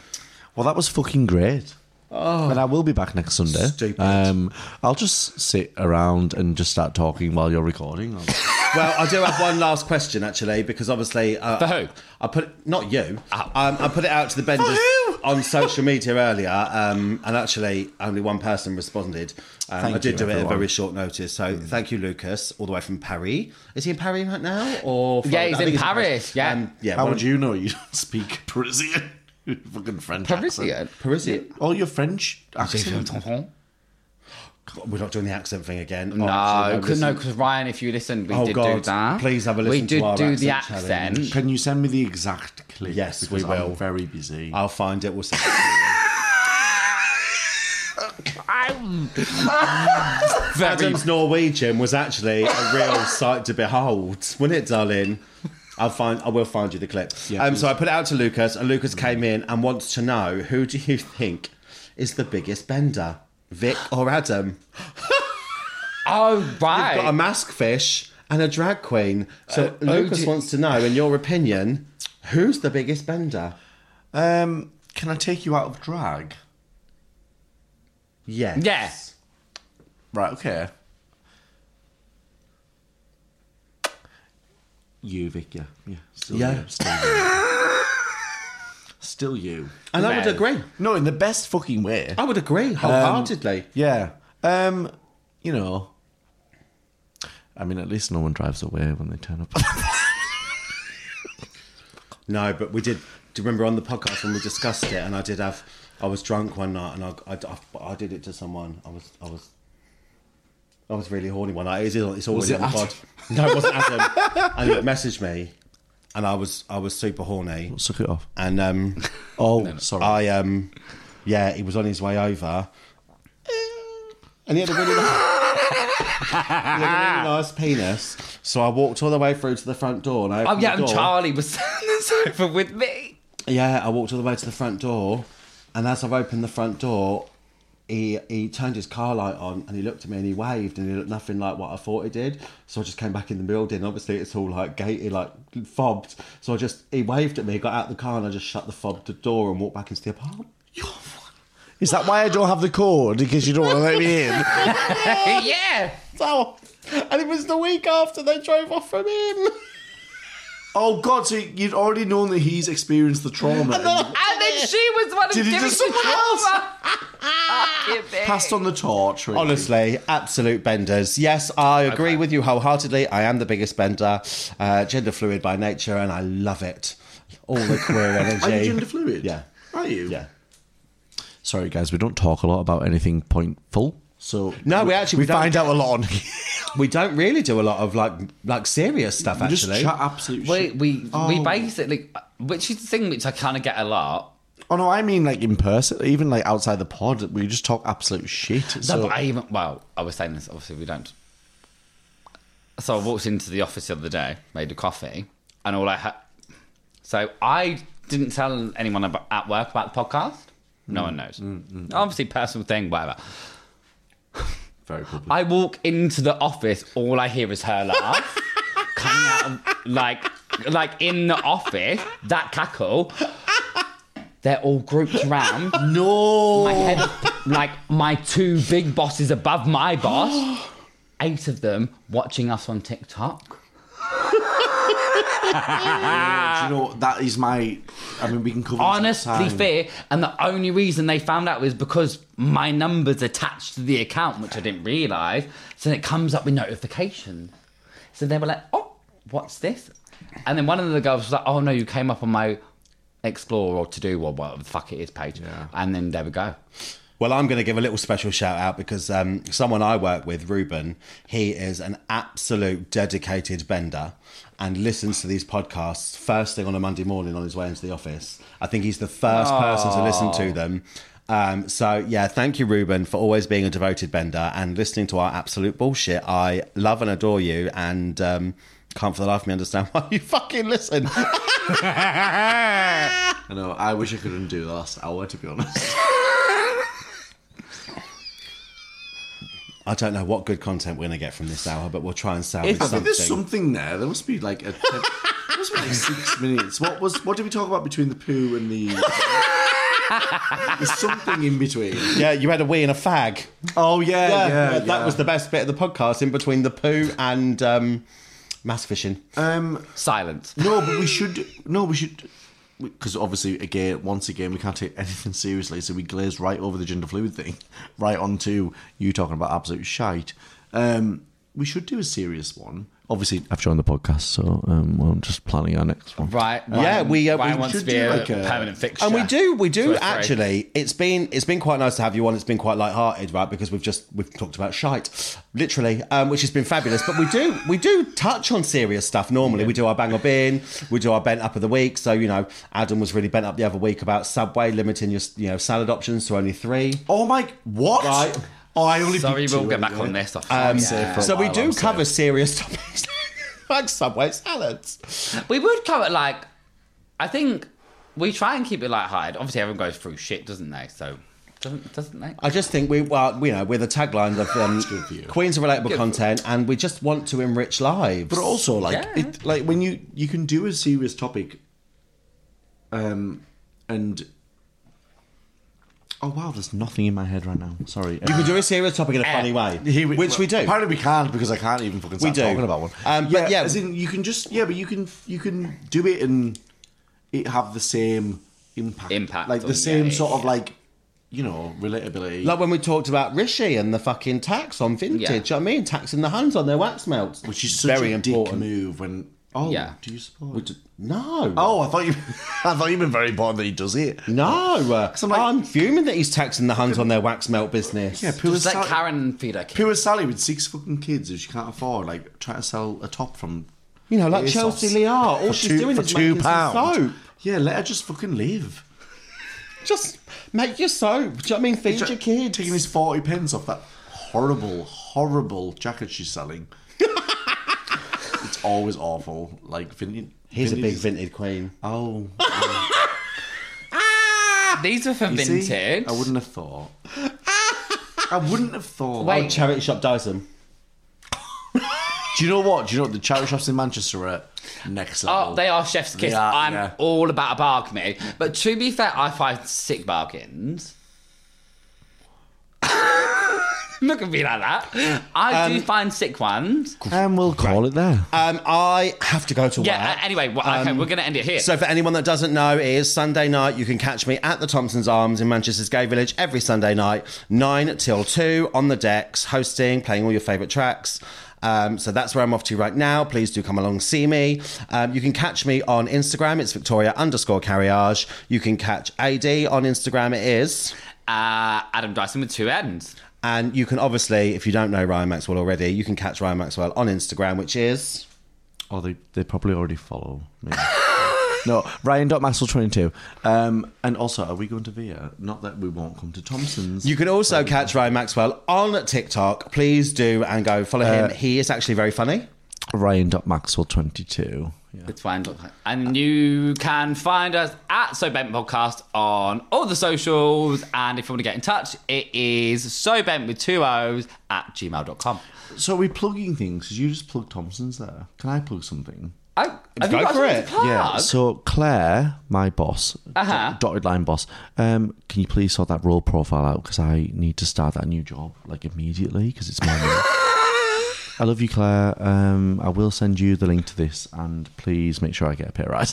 Well, that was fucking great. Oh, and I will be back next Sunday. Stupid. Um, I'll just sit around and just start talking while you're recording. I'll- well, I do have one last question actually, because obviously, uh, For who? I put not you. Oh. Um, I put it out to the benders who? on social media earlier, um, and actually, only one person responded. Um, Thank I did you, do it at everyone. very short notice, so Hmm. thank you, Lucas, all the way from Paris. Is he in Paris right now, or Yeah, he's I think in Paris, yeah. Um, yeah. How one- would you know you don't speak Parisian? fucking French Parisian. accent. Parisian? All your French accent. We're not doing the accent thing again. No, actually, cause, no, listen. because Ryan, if you listened, we Oh, did do God. that. Please have a We listen to did our do the accent accent. challenge. Can you send me the exact clip? Yes, because we will. Uh, I'm very busy. I'll find it. We'll send it to you. Very Adam's Norwegian was actually a real sight to behold, wasn't it, darling? I'll find. I will find you the clip. Yeah, um, so I put it out to Lucas, and Lucas came in and wants to know who do you think is the biggest bender, Vic or Adam? Oh right. Got a mask fish and a drag queen. So Lucas do- wants to know, in your opinion, who's the biggest bender? Um, can I take you out of drag? Yes. yeah. Right. Okay. You, Vic. Yeah. Yeah. Still Yeah. You, still you. Still you. And I would No. agree. No, in the best fucking way. I would agree wholeheartedly. Yeah. Um, you know. I mean, at least no one drives away when they turn up. No, but we did. Do you remember on the podcast when we discussed it? And I did have. I was drunk one night, and I, I, I, I did it to someone. I was, I was, I was really horny one night. It's, it's always Was on it the Adam? pod. No, it wasn't Adam. and he messaged me, and I was I was super horny, Suck it off. and um, Oh, sorry. I um, yeah, he was on his way over, and he had a really nice, he had a really nice penis. So I walked all the way through to the front door, and I Oh opened yeah, the and door. Charlie was on the sofa with me. Yeah, I walked all the way to the front door, and as I've opened the front door, he he turned his car light on and he looked at me and he waved and he looked nothing like what I thought he did. So I just came back in the building. Obviously, it's all like gated, like fobbed. So I just he waved at me, got out the car, and I just shut the fobbed door and walked back into the apartment. Is that why I don't have the cord? Because you don't want to let me in. yeah. So, and it was the week after they drove off from him. Oh God! So you'd already known that he's experienced the trauma and, And then she was the one who Did he giving do the someone else? trauma. Fucking me. passed on the torch. Really. Honestly, absolute benders. Yes, I agree Okay. with you wholeheartedly. I am the biggest bender, uh, gender fluid by nature, and I love it. All the queer energy. are you gender fluid? Yeah. are you? Yeah. Sorry, guys, we don't talk a lot about anything pointful. So No, we actually- we, we don't- find out a lot. On We don't really do a lot of like like serious stuff we just actually. chat absolute We shit. we we Oh. basically, which is the thing which I kind of get a lot. Oh no, I mean like in person, even like outside the pod, we just talk absolute shit. No, So but I even well, I was saying this. Obviously, we don't. So I walked into the office the other day, made a coffee, and all I had. So I didn't tell anyone about, at work about the podcast. Hmm. No one knows. Obviously, personal thing, whatever. very public. I walk into the office, all I hear is her laugh coming out of like like in the office. That cackle. They're all grouped around no, my head of, like my two big bosses above my boss, eight of them watching us on TikTok. do you know that is my. I mean, we can cover this Uh, Honestly, next time. fear, and the only reason they found out was because my number's attached to the account, which I didn't realise. So it comes up with notification. So they were like, "Oh, what's this?" And then one of the girls was like, "Oh no, you came up on my Explore or To Do or whatever the fuck it is page." And then there we go. Well, I'm going to give a little special shout out because um, someone I work with, Ruben, he is an absolute dedicated bender and listens to these podcasts first thing on a Monday morning on his way into the office. I think he's the first person to listen to them. Um, so, yeah, thank you, Ruben, for always being a devoted bender and listening to our absolute bullshit. I love and adore you and um, can't for the life of me understand why you fucking listen. I know. I wish I could undo the last hour. To be honest, I don't know what good content we're going to get from this hour, but we'll try and salvage If- I think something. there's something there. There must be like a. there must be like six minutes. What was? What did we talk about between the poo and the? there's something in between. Yeah, you had a wee and a fag. Oh yeah, Yeah, yeah. that was the best bit of the podcast in between the poo and um, mass fishing. Um, Silence. no, but we should. No, we should. Because obviously, again, once again, we can't take anything seriously, so we glazed right over the gender fluid thing, right onto you talking about absolute shite. Um, we should do a serious one. Obviously, I've joined the podcast, so um, I'm just planning our next one. Right. Yeah, Ryan- we, uh, we Ryan wants should to be do a like a- permanent fixture. And we do, we Two do or three. actually. It's been it's been quite nice to have you on. It's been quite light-hearted, right? Because we've just we've talked about shite, literally, um, which has been fabulous. But we do we do touch on serious stuff normally. We do our bang or bin, we do our bent up of the week. So you know, Adam was really bent up the other week about Subway limiting your you know salad options to only three. Oh my! What? Right. Oh, I only Sorry, picked we'll two get back anyway. on this. I can't say Yeah. for- Um, So we while, do I'm cover serious topics like Subway salads. We would cover like, I think we try and keep it light-hearted. Obviously, everyone goes through shit, doesn't they? So doesn't doesn't they? I just think we, well, you know, we're the tagline of um, good for you. Queens of Relatable for Content, and we just want to enrich lives. But also, like, Yeah. it, like when you you can do a serious topic, um, and oh wow, there's nothing in my head right now. Sorry, we do a serious topic Eh, in a funny way, which we do. Apparently, we can't because I can't even fucking start do. talking about one. Um, but yeah- as in you can just yeah, but you can you can do it and it have the same impact, Impact like on- the same yeah, sort yeah, of yeah. like you know relatability. Like when we talked about Rishi and the fucking tax on vintage, Yeah. you know what I mean? Taxing the hands on their wax melts. which is such very a important. dick move when Oh, Yeah. Do you support? we did- no. Oh, I thought you. I thought you'd been very important that he does it. No, uh, I'm I'm, like- fuming that he's taxing the hunt on their wax melt business. Yeah, poor Does that Sally, Karen feed her kid? poor Sally with six fucking kids who she can't afford. Like trying to sell a top from. you know, like ASOS Chelsea Liar, all for she's two- doing for is two making some pound. soap. Yeah, let her just fucking live. Just make your soap. Do you know what I mean? Feed your kid. Taking his forty pence off that horrible, horrible jacket she's selling. it's always awful. Like Vin- Here's a big Vintage- vintage queen. Oh, These were from you see? vintage. I wouldn't have thought. I wouldn't have thought. Wait. Oh, charity shop Dyson. Oh, Do you know what? Do you know what the charity shops in Manchester are at next level? Oh, they are chef's kiss. are, I'm yeah. all about a bargain. mate. But to be fair, I find sick bargains. Look at me like that. I Um, do find sick ones. And we'll call it there. Um, I have to go to Yeah. work. uh, anyway, well, okay, Um, we're gonna end it here. So, for anyone that doesn't know, it is Sunday night. You can catch me at the Thompson's Arms in Manchester's Gay Village every Sunday night, 9 till 2 on the decks, hosting, playing all your favourite tracks. Um, so that's where I'm off to right now. Please do come along, see me. Um, you can catch me on Instagram. It's Victoria underscore Carriage. You can catch AD on Instagram. It is. uh, Adam Dyson with two ends. And you can obviously, if you don't know Ryan Maxwell already, you can catch Ryan Maxwell on Instagram, which is. Oh, they, they probably already follow me. no, Ryan.Maxwell22. Um, and also, are we going to Via? Not that we won't come to Thompson's. You can also catch Ryan Maxwell on TikTok. Please do and go follow him. He is actually very funny. Ryan.Maxwell22. Yeah. It's fine. look. And you can find us at So Bent Podcast on all the socials. And if you want to get in touch, it is So Bent with two O's at gmail.com. So are we plugging things? 'Cause you just plug Thompson's there. Can I plug something? Oh, have Go you got for something it. to plug? Yeah. So Claire, my boss, Uh-huh. d- dotted line boss. Um, can you please sort that role profile out? Because I need to start that new job like immediately. Because it's my. new- I love you, Claire. Um, I will send you the link to this, and please make sure I get a pay rise.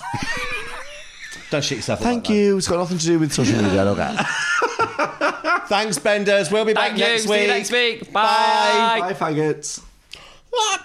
Don't shit yourself. up Thank like you. It's got nothing to do with social media. I don't get. that. Thanks, Benders. We'll be back Thank you. next See week. you next week. Bye. Bye. Bye, faggots. What?